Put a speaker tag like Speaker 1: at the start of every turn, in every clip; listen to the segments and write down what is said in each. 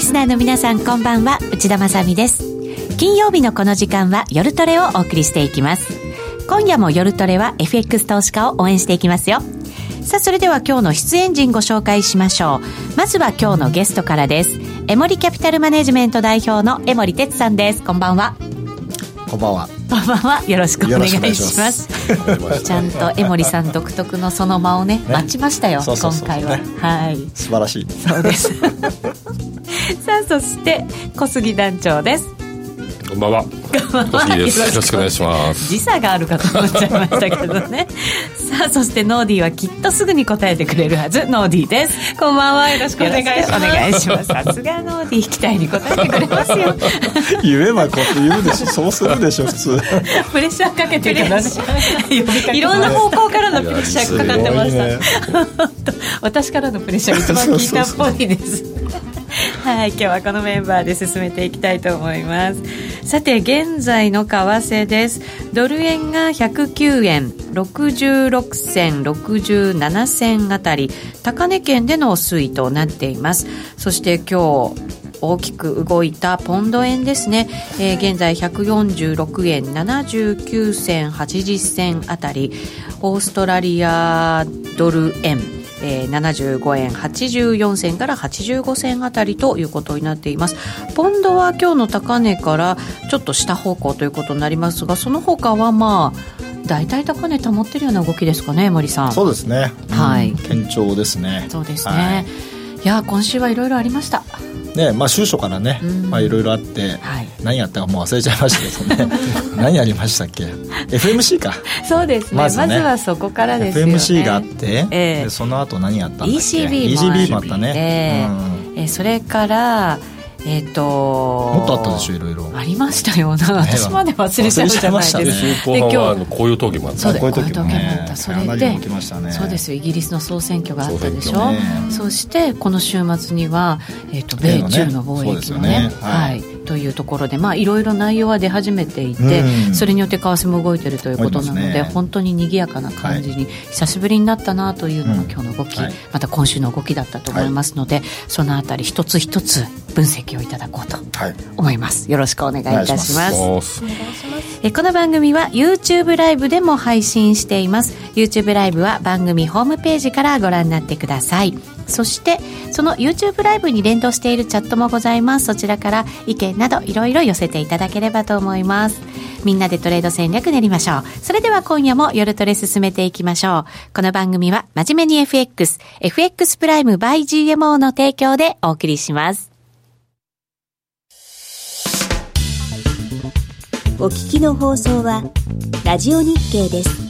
Speaker 1: スナーの皆さんこんばんは内田まさみです金曜日のこの時間は夜トレをお送りしていきます今夜も夜トレは FX 投資家を応援していきますよさあそれでは今日の出演陣ご紹介しましょうまずは今日のゲストからですエモリキャピタルマネジメント代表の江森哲さんですこんばんは
Speaker 2: こんばんは。
Speaker 1: こんばんはよろしくお願いします
Speaker 2: す
Speaker 1: ちゃんと江森さん独特のその間をね待ちましたよ
Speaker 2: そうそうそう
Speaker 1: 今回は、はい
Speaker 2: 素晴らしい。
Speaker 1: そうですさあそして小杉団長です
Speaker 3: こんばんは。小杉です。よろしくお願いします。
Speaker 1: 時差があるかと思っちゃいましたけどね さあそしてノーディーはきっとすぐに答えてくれるはずノーディーですこんばんはよろしくお願いしますお願いしますさすがノーディー期待に応えてくれます よ
Speaker 2: 言えばこう言うでしょ。そうするでしょ普通。
Speaker 1: プレッシャーかけてるからね 呼びかけて
Speaker 4: いろんな方向からのプレッシャーがかかってまし
Speaker 2: い
Speaker 4: た
Speaker 2: や。
Speaker 1: 私からのプレッシャーが一番効いたっぽいです。はい、今日はこのメンバーで進めていきたいと思います。さて、現在の為替です。ドル円が109円、66銭、67銭あたり、高値圏での推移となっています。そして今日、大きく動いたポンド円ですね、えー現在146円79銭80銭あたりオーストラリアドル円えー75円84銭から85銭あたりということになっていますポンドは今日の高値からちょっと下方向ということになりますがその他はまあ大体高値保ってるような動きですかね森さん
Speaker 2: そうですね。
Speaker 1: はい
Speaker 2: 堅調ですね。
Speaker 1: そうです
Speaker 2: は
Speaker 1: ね、い、やー今週はいろいろありました
Speaker 2: い。ね、まあ収書からね
Speaker 1: うん、
Speaker 2: まあいろいろあって、
Speaker 1: はい
Speaker 2: 何やったかもう忘れちゃいまし たけどね。何やりましたっけ？FMC か。
Speaker 1: そうですねま
Speaker 2: ま
Speaker 1: ず
Speaker 2: ずね
Speaker 1: はそこからですよね
Speaker 2: FMC があって、
Speaker 1: ええ
Speaker 2: でその後何やったんだっけ
Speaker 1: ECB もあり
Speaker 2: ECB もあったね。うん
Speaker 1: えーそれからえっ、と
Speaker 2: もっとあったでしょいろいろ。
Speaker 1: ありましたよな私まで忘れちゃうじゃないですか、
Speaker 2: 忘れちゃいま
Speaker 3: で
Speaker 2: し
Speaker 3: 週後半
Speaker 1: で今
Speaker 3: は
Speaker 1: 日
Speaker 3: あのこういう峠もあっ
Speaker 1: そ
Speaker 3: た
Speaker 1: うだ
Speaker 2: こういう時も
Speaker 1: こういう時もあっ
Speaker 2: ね
Speaker 1: た。それで
Speaker 2: かなり動きましたね。
Speaker 1: そうですよイギリスの総選挙があったでし
Speaker 3: 総
Speaker 1: ょ、
Speaker 2: 選挙ね
Speaker 1: そしてこの週末には、えっと米中の貿易のね
Speaker 2: そうですよね
Speaker 1: は
Speaker 2: はいい
Speaker 1: というところでまあいろいろ内容は出始めていて、
Speaker 2: うん
Speaker 1: それによって為替も動いてるということなの
Speaker 2: 動い
Speaker 1: で、
Speaker 2: てますね
Speaker 1: 本当に賑やかな感じに、久しぶりになったなというのが
Speaker 2: うん
Speaker 1: 今日の動き、
Speaker 2: はい
Speaker 1: また今週の動きだったと思いますので、そのあたり一つ一つ分析をいただこうと
Speaker 2: はい。
Speaker 1: 思いますよろしくお願いいたし
Speaker 2: お
Speaker 1: ま
Speaker 2: 願
Speaker 1: す
Speaker 3: おー
Speaker 1: えーこの番組は YouTube ライブでも配信しています YouTube ライブは番組ホームページからご覧になってくださいそしてその YouTube ライブに連動しているチャットもございますそちらから意見などいろいろ寄せていただければと思いますみんなでトレード戦略練りましょうそれでは今夜も夜トレ進めていきましょうこの番組は真面目に FXFX プライム by GMO の提供でお送りします
Speaker 5: お聞きの放送はラジオ日経です。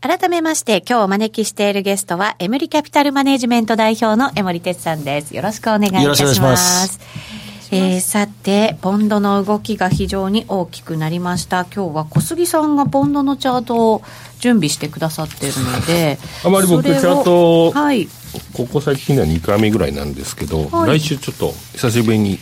Speaker 1: 改めまして、今日お招きしているゲストは、エムリキャピタルマネジメント代表の江森哲さんです。よろしくお願いいたし
Speaker 2: よろ
Speaker 1: ま
Speaker 2: しくお願い
Speaker 1: す。
Speaker 2: します
Speaker 1: えーさて、ポンドの動きが非常に大きくなりました。今日は小杉さんがポンドのチャートを準備してくださっているので、
Speaker 3: あまり僕
Speaker 1: それを
Speaker 3: チャートを
Speaker 1: はい。
Speaker 3: ここ最近では2回目ぐらいなんですけど、
Speaker 1: はい
Speaker 3: 来週ちょっと久しぶりに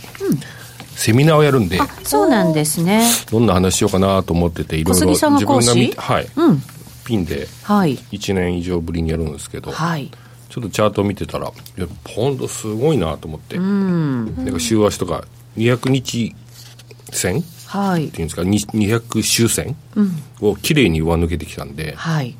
Speaker 3: セミナーをやるんで、
Speaker 1: あ、そうなんですね。
Speaker 3: どんな話しようかなと思ってていろい
Speaker 1: 小
Speaker 3: ろ
Speaker 1: 杉さんが
Speaker 3: 自分が見
Speaker 1: 講師
Speaker 3: て、はい、
Speaker 1: うん。
Speaker 3: ピンで
Speaker 1: はい。
Speaker 3: 1年以上ぶりにやるんですけど、
Speaker 1: はい。
Speaker 3: ちょっとチャートを見てたらいやポンドすごいなと思って、
Speaker 1: うん。
Speaker 3: なんか週足とか200日線
Speaker 1: はい
Speaker 3: って。いうんですかに200周線を綺麗に上抜けてきたんで、
Speaker 1: はい。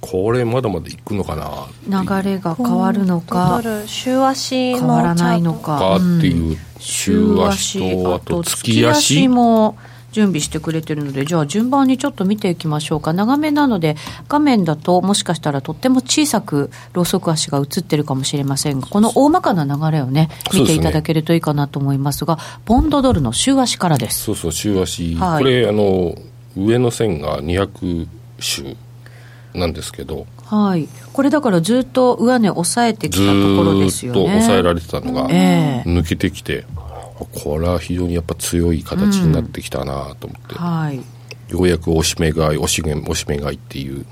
Speaker 3: これまだまだいくのかなっていう
Speaker 1: 流れが変わるのか、
Speaker 4: 週足の
Speaker 1: 変わらないの
Speaker 4: チャート
Speaker 1: か。
Speaker 3: か
Speaker 1: うん
Speaker 3: っていう週足とあと月足
Speaker 1: も準備してくれてるのでじゃあ順番にちょっと見ていきましょうか長めなので画面だともしかしたらとっても小さくロウソク足が映ってるかもしれませんがこの大まかな流れをね見ていただけるといいかなと思いますがポンドドルの週足からです
Speaker 3: そうそう週足、
Speaker 1: はい
Speaker 3: これあの上の線が200週なんですけど
Speaker 1: はいこれだからずっと上値抑えてき
Speaker 3: ず
Speaker 1: たところです
Speaker 3: ー
Speaker 1: よ
Speaker 3: っ
Speaker 1: ね
Speaker 3: と抑えられてたのが
Speaker 1: ええ
Speaker 3: 抜けてきて、あこれは非常にやっぱ強い形になってきたなと思って、
Speaker 1: はい
Speaker 3: ようやく押し目買い押し目押し目買いっていう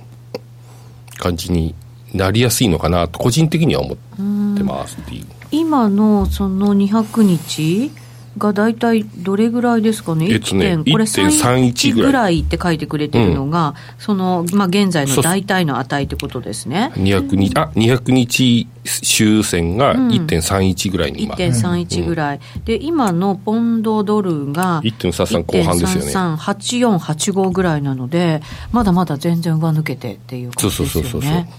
Speaker 3: 感じになりやすいのかなと個人的には思ってますっていう
Speaker 1: 今のその200日が大体どれぐらいですかね、
Speaker 3: えっとね
Speaker 1: 1.31これ
Speaker 3: 1.31
Speaker 1: 31ぐらいって書いてくれてるのが、その、まあ、現在の
Speaker 3: そうそう
Speaker 1: 大体の値ってことですね。
Speaker 3: 200日あ200日終戦が1.31ぐらいに今、
Speaker 1: 1.31ぐらい、で今のポンドドルが
Speaker 3: 1.33後半ですよね
Speaker 1: 1.338485ぐらいなのでまだまだ全然上抜けてっていう感
Speaker 3: そう
Speaker 1: じ
Speaker 3: そ
Speaker 1: で
Speaker 3: う
Speaker 1: す
Speaker 3: そ
Speaker 1: よ
Speaker 3: うそうそう、
Speaker 1: ね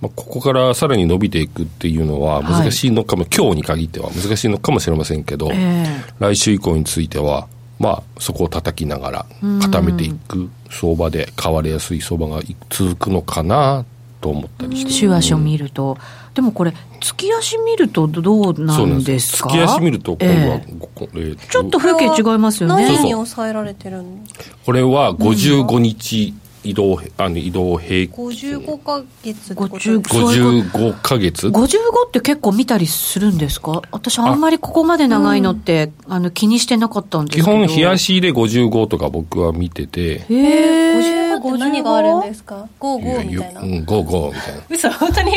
Speaker 3: まあ、ここからさらに伸びていくっていうのは難しいのかも、今日に限っては難しいのかもしれませんけど、
Speaker 1: え
Speaker 3: 来週以降についてはまあそこを叩きながら固めていく相場で買われやすい相場がい続くのかなと思ったりして
Speaker 1: え週足を見ると、でもこれ月足見るとどうな
Speaker 3: そうな
Speaker 1: ん
Speaker 3: んで
Speaker 1: ですすか
Speaker 3: 月足見ると今度は
Speaker 1: ええ
Speaker 3: ごこえーと
Speaker 1: ちょっと風景違いますよね
Speaker 4: 何
Speaker 3: そうそう
Speaker 4: に抑えられてるんですか
Speaker 3: これは55日移動あの移動平均
Speaker 4: 55ヶ月ってこと
Speaker 1: 55そういう
Speaker 3: 55ヶ月
Speaker 1: 55って結構見たりするんですか私あんまりここまで長いのって、あの気にしてなかったんですけ
Speaker 3: 基
Speaker 1: ど
Speaker 3: 本日足で55とか僕は見てて
Speaker 1: へえ
Speaker 4: 55って何があるんですか55みたいな
Speaker 3: うん、55みたいな
Speaker 4: 嘘本当に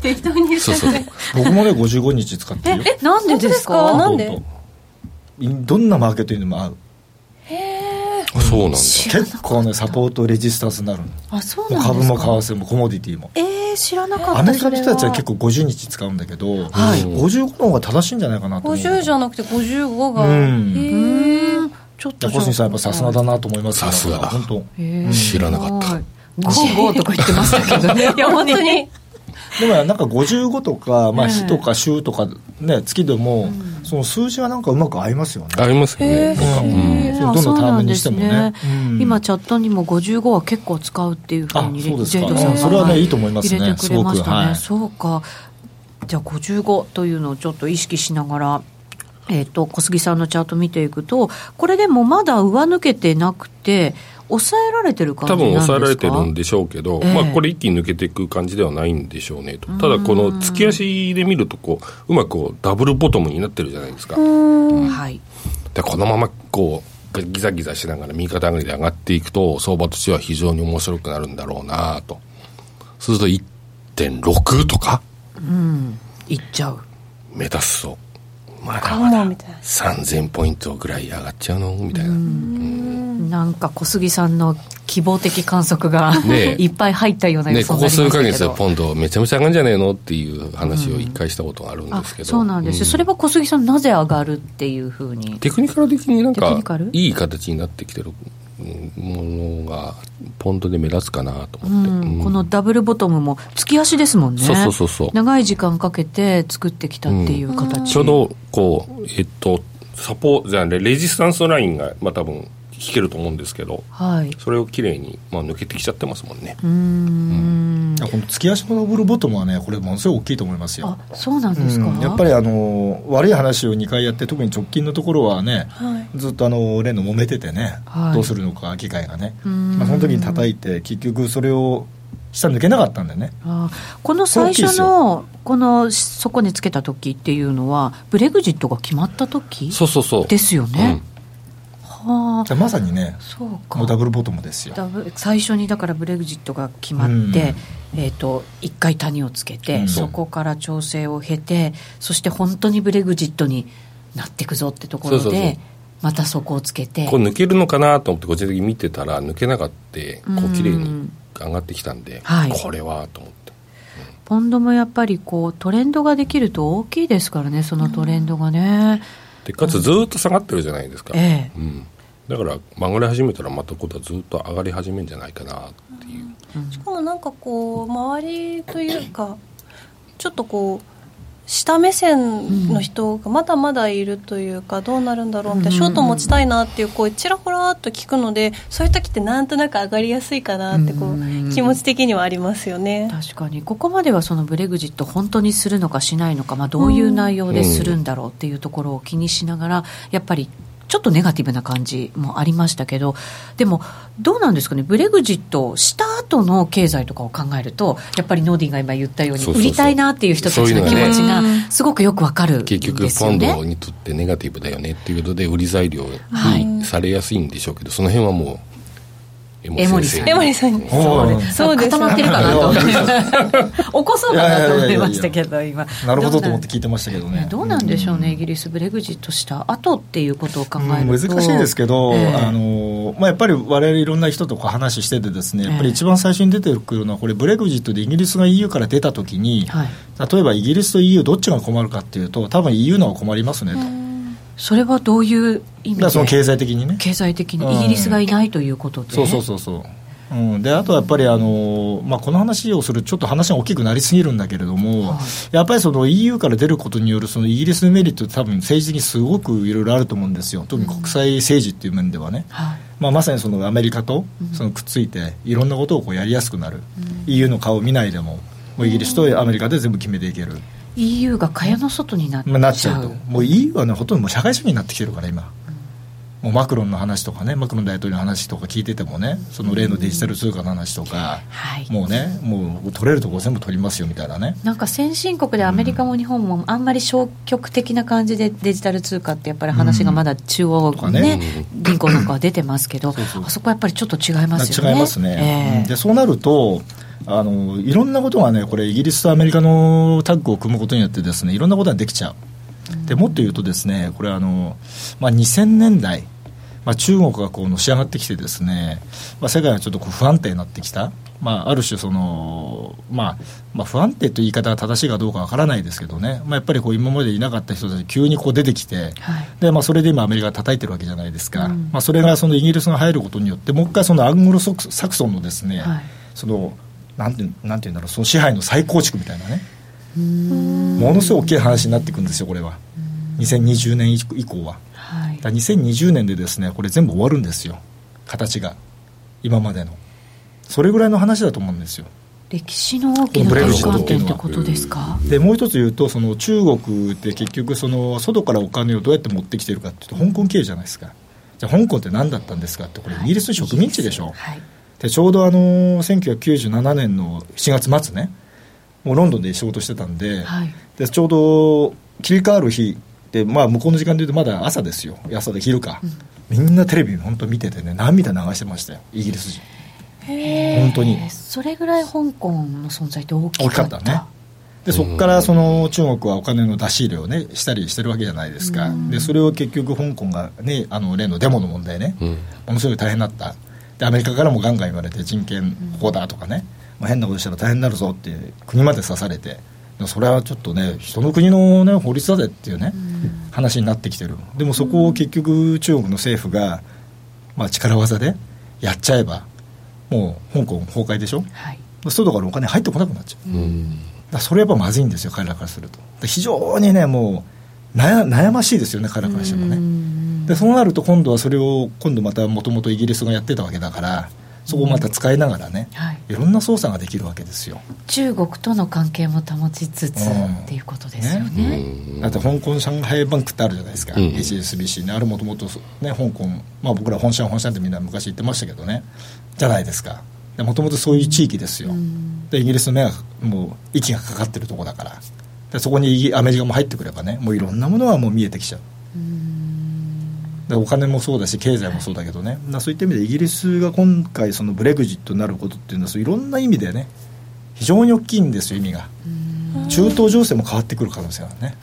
Speaker 4: 適当に言っ
Speaker 3: そう
Speaker 4: ち
Speaker 3: そ
Speaker 4: ゃ
Speaker 3: う
Speaker 4: って
Speaker 2: 僕もね55日使ってるよ
Speaker 1: えなんでです
Speaker 4: あ
Speaker 1: か
Speaker 4: なんで
Speaker 2: 本当どんなマーケットにも合う
Speaker 3: そうなんだ
Speaker 2: 結構ねサポートレジスタンスになるの
Speaker 1: あそう
Speaker 2: もう
Speaker 1: なん
Speaker 2: 株
Speaker 1: です
Speaker 2: も
Speaker 1: か
Speaker 2: 為替もコモディティも
Speaker 4: えー、知らなかった
Speaker 2: アメリカの人たちは
Speaker 4: それ
Speaker 2: 結構50日使うんだけど、
Speaker 1: はい
Speaker 2: 55の方が正しいんじゃないかなと思う
Speaker 4: 50じゃなくて55が、
Speaker 2: うん
Speaker 4: へえ
Speaker 1: うんちょっと
Speaker 2: 小杉さんやっぱさすがだなと思います
Speaker 3: さすがだ
Speaker 2: 本当
Speaker 1: へえ
Speaker 3: 知らなかった
Speaker 1: はい55とか言ってましたけどねいや本当に
Speaker 2: でもなんか55とか、まあ、日とか週とか、ね、月でも、その数字はなんかうまく合いますよね
Speaker 3: ありますよね、
Speaker 4: えー
Speaker 3: なんかうん
Speaker 1: へえ
Speaker 2: そう
Speaker 1: あ
Speaker 2: ど
Speaker 1: そ
Speaker 2: の
Speaker 1: う
Speaker 2: ター
Speaker 1: な
Speaker 2: ム
Speaker 1: んで
Speaker 2: にして
Speaker 1: す
Speaker 2: もね
Speaker 1: ね
Speaker 2: うん
Speaker 1: 今チャットにも55は結構使うっていうふうに
Speaker 2: あそうです
Speaker 1: ジ
Speaker 2: か
Speaker 1: ェイドさん
Speaker 4: そ
Speaker 2: れはねいいと思いますね
Speaker 1: 入れてくれまし
Speaker 2: すごく
Speaker 1: た
Speaker 2: は
Speaker 1: ね
Speaker 2: い
Speaker 1: そうかじゃあ55というのをちょっと意識しながらえっと小杉さんのチャート見ていくとこれでもまだ上抜けてなくて抑えられてる感じ
Speaker 3: 多
Speaker 1: なんで
Speaker 3: 分
Speaker 1: すか
Speaker 3: 抑えられてるんでしょうけど、
Speaker 1: ええ
Speaker 3: まあ、これ一気に抜けていく感じではないんでしょうねとただこの月足で見るとこううまくこうダブルボトムになってるじゃないですか
Speaker 1: はい
Speaker 3: でこのままこうギザギザしながら右肩上がりで上がっていくと相場としては非常に面白くなるんだろうなとすると1.6とか
Speaker 1: いっちゃう
Speaker 3: 目指すとまだ
Speaker 4: カ
Speaker 3: ま
Speaker 4: モ
Speaker 3: だ
Speaker 4: みたいな
Speaker 3: 3000ポイントぐらい上がっちゃうのみたいな
Speaker 1: なんか小杉さんの希望的観測が
Speaker 3: ね え
Speaker 1: いっぱい入ったような予
Speaker 3: ね、
Speaker 1: 想に
Speaker 3: こ
Speaker 1: な
Speaker 3: こ
Speaker 1: りまし
Speaker 3: 数
Speaker 1: た
Speaker 3: ヶ
Speaker 1: け
Speaker 3: 月で
Speaker 1: ど
Speaker 3: ポンドめちゃめちゃ上がるんじゃねえのっていう話を一回したことがあるんで
Speaker 1: あ
Speaker 3: すけど、
Speaker 1: そうなんですよ、それは小杉さんなぜ上がるっていうふうに
Speaker 3: テクニカル的になん
Speaker 1: テクニカ
Speaker 3: か
Speaker 1: ル
Speaker 3: いい形になってきてるうんものがポンドで目立つかなと思って、
Speaker 1: うん
Speaker 3: うん
Speaker 1: このダブルボトムも月足ですもんね
Speaker 3: そうそうそうそう
Speaker 1: 長い時間かけて作ってきたっていう形、
Speaker 3: ちょうどこうえっとサポーじゃあねレジスタンスラインがまあ多分引けると思うんですけど
Speaker 1: はい
Speaker 3: それを綺麗にまあ抜けてきちゃってますもんね、
Speaker 1: うん
Speaker 2: いやこの月足のダブルボトムはねこれものすごい大きいと思いますよ
Speaker 1: あそうなんですか、
Speaker 2: うんやっぱ
Speaker 1: り
Speaker 2: りあの悪い話を2回やって特に直近のところはね、
Speaker 4: はい
Speaker 2: ずっとあの例の揉めててね、
Speaker 1: はい
Speaker 2: どうするのか議会がね、
Speaker 1: うん
Speaker 2: まあ、その時に叩いて結局それを下抜けなかったんだよね
Speaker 1: この最初のこの底につけた時っていうのはブレグジットが決まった時
Speaker 3: そうそうそう
Speaker 1: ですよね、は
Speaker 2: まさにね
Speaker 1: あそうか
Speaker 2: もうダブルボトムですよ
Speaker 1: ダブ最初にだからブレグジットが決まって、えー、と一回谷をつけて、
Speaker 2: うん
Speaker 1: そこから調整を経てそして本当にブレグジットになっていくぞってところで
Speaker 3: そうそうそう
Speaker 1: またそこをつけて
Speaker 3: こう抜けるのかなと思って個人的に見てたら抜けなかったこ
Speaker 1: うん
Speaker 3: う綺麗に上がってきたんで、
Speaker 1: はい
Speaker 3: これはと思って
Speaker 1: ポンドもやっぱりこうトレンドができると大きいですからねそのトレンドがね、
Speaker 3: でかつずーっと下がってるじゃないですか、
Speaker 1: ええ
Speaker 3: うん、だから曲がり始めたらまた今度はずっと上がり始めるんじゃないかなっていう、
Speaker 4: しかもなんかこう周りというかちょっとこう下目線の人がまだまだいるというかどうなるんだろうみたいなショート持ちたいなっていう声ちらほらっと聞くのでそういう時ってなんとなく上がりやすいかなってこ
Speaker 1: うん
Speaker 4: う気持ち的にはありますよね。
Speaker 1: 確かにここまではそのブレグジット本当にするのかしないのか、まあ、どういう内容でするんだろうっていうところを気にしながらやっぱりちょっとネガティブな感じもありましたけどでもどうなんですかねブレグジットをした後の経済とかを考えるとやっぱりノーディンが今言ったように
Speaker 3: そうそう
Speaker 1: 売
Speaker 3: そう
Speaker 1: りたいなっていう人たち
Speaker 3: そういう
Speaker 1: の
Speaker 3: のが
Speaker 1: 気
Speaker 3: ね
Speaker 1: 持ちがすごくよくわかるんです
Speaker 3: 結
Speaker 1: よね
Speaker 3: 局ポンドにとってネガティブだよねっていうことで売り材料にされやすいんでしょうけど、その辺はもう
Speaker 1: 江森さん
Speaker 4: 江森さんに
Speaker 2: そうです
Speaker 4: そうです
Speaker 1: 固まってるかなと思って起こそうかなと思いましたけど今
Speaker 2: なるほどと思って聞いてましたけどね。
Speaker 1: どうなんでしょうね、イギリス、ブレグジットした後っていうことを考えると、
Speaker 2: うん難しいですけど、
Speaker 1: ええ
Speaker 2: あのまあ、やっぱり我々いろんな人とか話しててですね、やっぱり一番最初に出てくるのはこれブレグジットでイギリスが EU から出た時に、
Speaker 1: はい、
Speaker 2: 例えばイギリスと EU どっちが困るかっていうと多分 EU の方が困りますねと、
Speaker 1: それはどういう意
Speaker 2: だから
Speaker 1: 味
Speaker 2: その
Speaker 1: で、
Speaker 2: 経済的にね
Speaker 1: 経済的
Speaker 2: うん
Speaker 1: にイギリスがいないということで、
Speaker 2: そうそうそうそう、うん、であとはやっぱりあの、まあ、この話をするとちょっと話が大きくなりすぎるんだけれども、
Speaker 1: はい
Speaker 2: やっぱりその EU から出ることによるそのイギリスのメリットって多分政治的にすごくいろいろあると思うんですよ特に国際政治っていう面ではね、
Speaker 1: はい
Speaker 2: まあ、まさにそのアメリカとそのくっついていろんなことをこうやりやすくなる、EU の顔を見ないでももうイギリスとアメリカで全部決めていける、
Speaker 1: EU が蚊帳の外になっちゃ
Speaker 2: ま
Speaker 1: う,、
Speaker 2: あ、なっちゃうともう EU はねほとんどもう社会主義になってきてるから今、もうマクロンの話とかねマクロン大統領の話とか聞いててもねその例のデジタル通貨の話とか、
Speaker 1: はい、
Speaker 2: もうねもう取れるとこ全部取りますよみたいなね
Speaker 1: なんか先進国でアメリカも日本もあんまり消極的な感じでデジタル通貨ってやっぱり話がまだ中央、
Speaker 2: とか
Speaker 1: ね
Speaker 2: ね
Speaker 1: 銀行なんかは出てますけど
Speaker 2: そうそう
Speaker 1: あそこはやっぱりちょっと違いますよね
Speaker 2: 違いますね、
Speaker 1: ええ
Speaker 2: でそうなるとあのいろんなことがねこれイギリスとアメリカのタッグを組むことによってですねいろんなことができちゃうでもっと言うとですねこれあの、まあ、2000年代、まあ、中国がこうのし上がってきてですね、まあ、世界がちょっとこう不安定になってきた、まあ、ある種その、まあまあ、不安定という言い方が正しいかどうかわからないですけどね、まあ、やっぱりこう今までいなかった人たち急にこう出てきて、
Speaker 1: はい
Speaker 2: で、まあ、それで今アメリカが叩いてるわけじゃないですか、
Speaker 1: うん
Speaker 2: まあ、それがそのイギリスが入ることによってもう一回そのアングロソクサクソンのですね、
Speaker 1: はい
Speaker 2: そのなんていうなんていうんだろうその支配の再構築みたいなねものすごい大きい話になっていくんですよこれは2020年以降は
Speaker 1: はい
Speaker 2: だから2020年でですねこれ全部終わるんですよ形が今までのそれぐらいの話だと思うんですよ
Speaker 1: 歴史の大きな転換点ってことですか。
Speaker 2: でもう一つ言うとその中国って結局その外からお金をどうやって持ってきてるかっていうと香港経由じゃないですかじゃあ香港って何だったんですかってこれイギリスの植民地でしょ、
Speaker 1: はい。
Speaker 2: でちょうどあの1997年の7月末ねもうロンドンで仕事してたんで,、
Speaker 1: はい。
Speaker 2: でちょうど切り替わる日で、まあ、向こうの時間でいうとまだ朝ですよ朝で昼か、みんなテレビ本当見ててね涙流してましたよイギリス人本当に
Speaker 1: えーそれぐらい香港の存在って大き
Speaker 2: 大き
Speaker 1: か
Speaker 2: か
Speaker 1: っ。
Speaker 2: ったたねでそこからその中国はお金の出し入れをねしたりしてるわけじゃないですか、でそれを結局香港がねあの例のデモの問題ね、
Speaker 3: うん
Speaker 2: ものすごい大変だったでアメリカからもガンガン言われて人権こうだとかね、まあ、変なことしたら大変になるぞって国まで刺されてでもそれはちょっとね人の国の、ね、法律だぜっていうね、話になってきてるでもそこを結局中国の政府が、まあ、力技でやっちゃえばもう香港崩壊でしょ
Speaker 1: はい。
Speaker 2: 外からお金入ってこなくなっちゃうだか
Speaker 3: うん
Speaker 2: らそれやっぱまずいんですよ彼らからするとで非常にねもう悩悩ましいですよね彼らからしてもね、
Speaker 1: ね
Speaker 2: でそうなると今度はそれを今度またもともとイギリスがやってたわけだからそこをまた使いながらね、
Speaker 1: はい。
Speaker 2: いろんな操作ができるわけですよ、
Speaker 1: 中国との関係も保ちつつ
Speaker 2: うん
Speaker 1: っていうことですよね。
Speaker 3: うん
Speaker 2: だって香港上海バンクってあるじゃないですか、
Speaker 3: うん
Speaker 2: HSBC ねあれもともとね香港、まあ、僕ら本社本社ってみんな昔言ってましたけどねじゃないですかもともとそういう地域ですよ、でイギリスの目がもう息がかかってるとこだからでそこにイギアメリカも入ってくればねもういろんなものはもう見えてきちゃうでお金もそうだし経済もそうだけどね、だからそういった意味でイギリスが今回そのブレグジットになることっていうのはそういろんな意味でね非常に大きいんですよ意味が中東情勢も変わってくる可能性があるね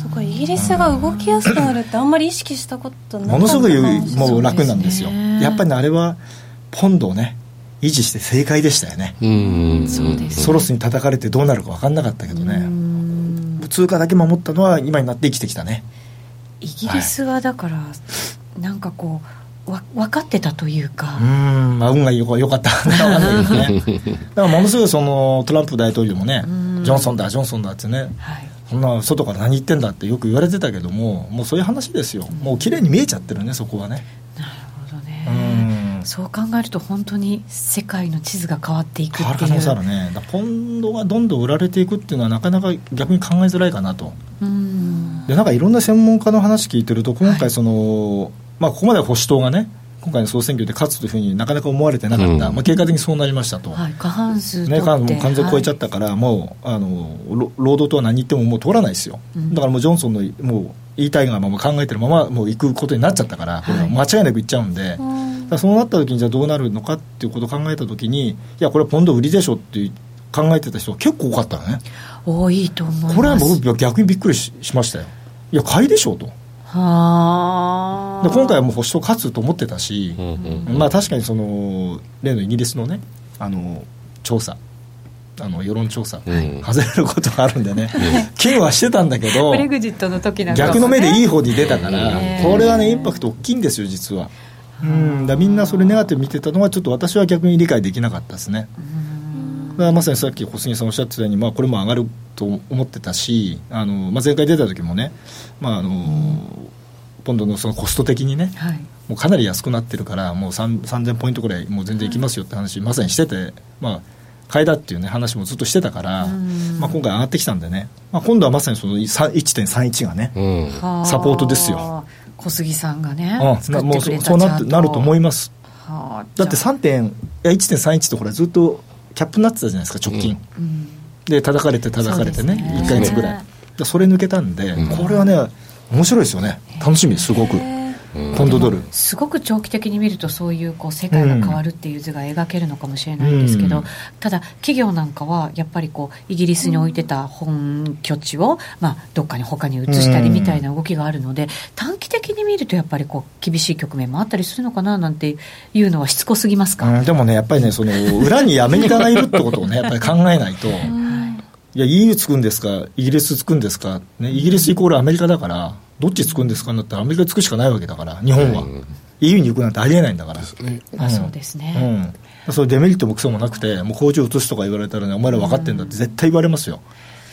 Speaker 4: そこイギリスが動きやすくなるってあんまり意識したことなか
Speaker 2: も
Speaker 4: った
Speaker 2: のすごい
Speaker 4: か
Speaker 2: もう楽なんですよ
Speaker 1: そうですね
Speaker 2: やっぱりねあれはポンドをね維持して正解でしたよね、
Speaker 3: うん
Speaker 1: そうです
Speaker 2: ソロスに叩かれてどうなるか分かんなかったけどね通貨だけ守ったのは今になって生きてきたね
Speaker 1: イギリスはだから、なんかこうわ分かってたというか
Speaker 2: う、ん、まあ、運がよよかった かな 分かんないけどねだからものすごいそのトランプ大統領もね
Speaker 1: うん
Speaker 2: ジョンソンだジョンソンだってね
Speaker 1: はい。
Speaker 2: そんな外から何言ってんだってよく言われてたけどももうそういう話ですよもう綺麗に見えちゃってるねそこはね
Speaker 1: なるほど
Speaker 2: う
Speaker 1: ね、
Speaker 2: ん
Speaker 1: そう考えると本当に世界の地図が変わっていく
Speaker 2: 変わ
Speaker 1: っ
Speaker 2: る
Speaker 1: て
Speaker 2: 可
Speaker 1: い
Speaker 2: 能性ある
Speaker 1: う、
Speaker 2: ねだからポンドがどんどん売られていくっていうのはなかなか逆に考えづらいかなと
Speaker 1: うん
Speaker 2: でなんかいろんな専門家の話聞いてると今
Speaker 1: はい
Speaker 2: 回その、まあ、ここまでは保守党がね今回の総選挙で勝つというふうになかなか思われてなかった、
Speaker 3: うん
Speaker 2: まあ、結果的にそうなりましたと、
Speaker 1: はい、過半数取
Speaker 2: ね、
Speaker 1: って、
Speaker 2: かもう完全超えちゃっ
Speaker 1: った
Speaker 2: から、もうあのろ労働党は何言ってももう通らないですよ、
Speaker 1: うん
Speaker 2: だからもうジョンソンのもう言いたいがまま考えてるままもう行くことになっちゃったから、これは間違いなく行っちゃうんで、だからそうなった時にじゃあどうなるのかっていうことを考えた時にいやこれはポンド売りでしょっていう考えてた人が結構多かったのね
Speaker 1: 多いと思います
Speaker 2: これは僕逆にびっくりししましたよいや買いでしょうとで
Speaker 1: はあ
Speaker 2: 今回はもう保守党勝つと思ってたし、
Speaker 3: うんうん
Speaker 2: まあ確かにその例のイギリスのねあの調査あの世論調査、
Speaker 3: うん
Speaker 2: 外れることがあるんでね気はしてたんだけど
Speaker 1: ブレグジットの時なんかもね
Speaker 2: 逆の目でいい方に出たから
Speaker 1: ね
Speaker 2: これはねインパクト大きいんですよ実はうんだからみんなそれネガティブ見てたのはちょっと私は逆に理解できなかったですねだからまさにさっき小杉さんおっしゃってたように、まあ、これも上がると思ってたしあの、まあ、前回出た時もね、まああのポンドのそのコスト的にね、
Speaker 1: はい
Speaker 2: もうかなり安くなってるから、もう3 3000ポイントくらい、もう全然いきますよって話、まさにしてて、まあ、買いだっていう、ね、話もずっとしてたから、
Speaker 1: うん
Speaker 2: まあ、今回上がってきたんでね、まあ、今度はまさにそのさ1.31がね、
Speaker 3: うん
Speaker 1: はあ
Speaker 2: サポートですよ
Speaker 1: 小杉さんがね、
Speaker 2: うん
Speaker 1: 作っ
Speaker 2: も
Speaker 1: て
Speaker 2: う
Speaker 1: く
Speaker 2: そ
Speaker 1: れ
Speaker 2: う
Speaker 1: た
Speaker 2: そうなってなると思い
Speaker 1: ま
Speaker 2: ます。
Speaker 1: す、はあ
Speaker 2: だって、3点いや1.31ってほら、ずっとキャップになってたじゃないですか、直近。
Speaker 1: じゃあうん
Speaker 2: で叩かれて叩かれてね
Speaker 1: そうですね
Speaker 2: 1か月ぐらい、
Speaker 1: ね
Speaker 2: でそれ抜けたんで、
Speaker 3: うん
Speaker 2: これはね面白いですよね楽しみすごく、ポンドドル
Speaker 1: すごく長期的に見るとそういうこう世界が変わるっていう図が描けるのかもしれないんですけど、
Speaker 2: うん
Speaker 1: ただ企業なんかはやっぱりこうイギリスに置いてた本拠地を、まあ、どっかに他に移したりみたいな動きがあるので、短期的に見るとやっぱりこう厳しい局面もあったりするのかななんていうのはしつこすぎますか、
Speaker 2: うんでもねやっぱりねその裏にアメリカがいるってことをねやっぱり考えないといや EU つくんですかイギリスつくんですか、ね、イギリスイコールアメリカだからどっちつくんですかになったらアメリカつくしかないわけだから日本は、
Speaker 3: うん
Speaker 2: EU に行くなんてありえないんだから、
Speaker 1: まあ、
Speaker 2: うん
Speaker 1: そうですね、
Speaker 2: うん、そういうデメリットもクソもなくてもう工場移すとか言われたらねお前ら分かってんだって絶対言われますよ、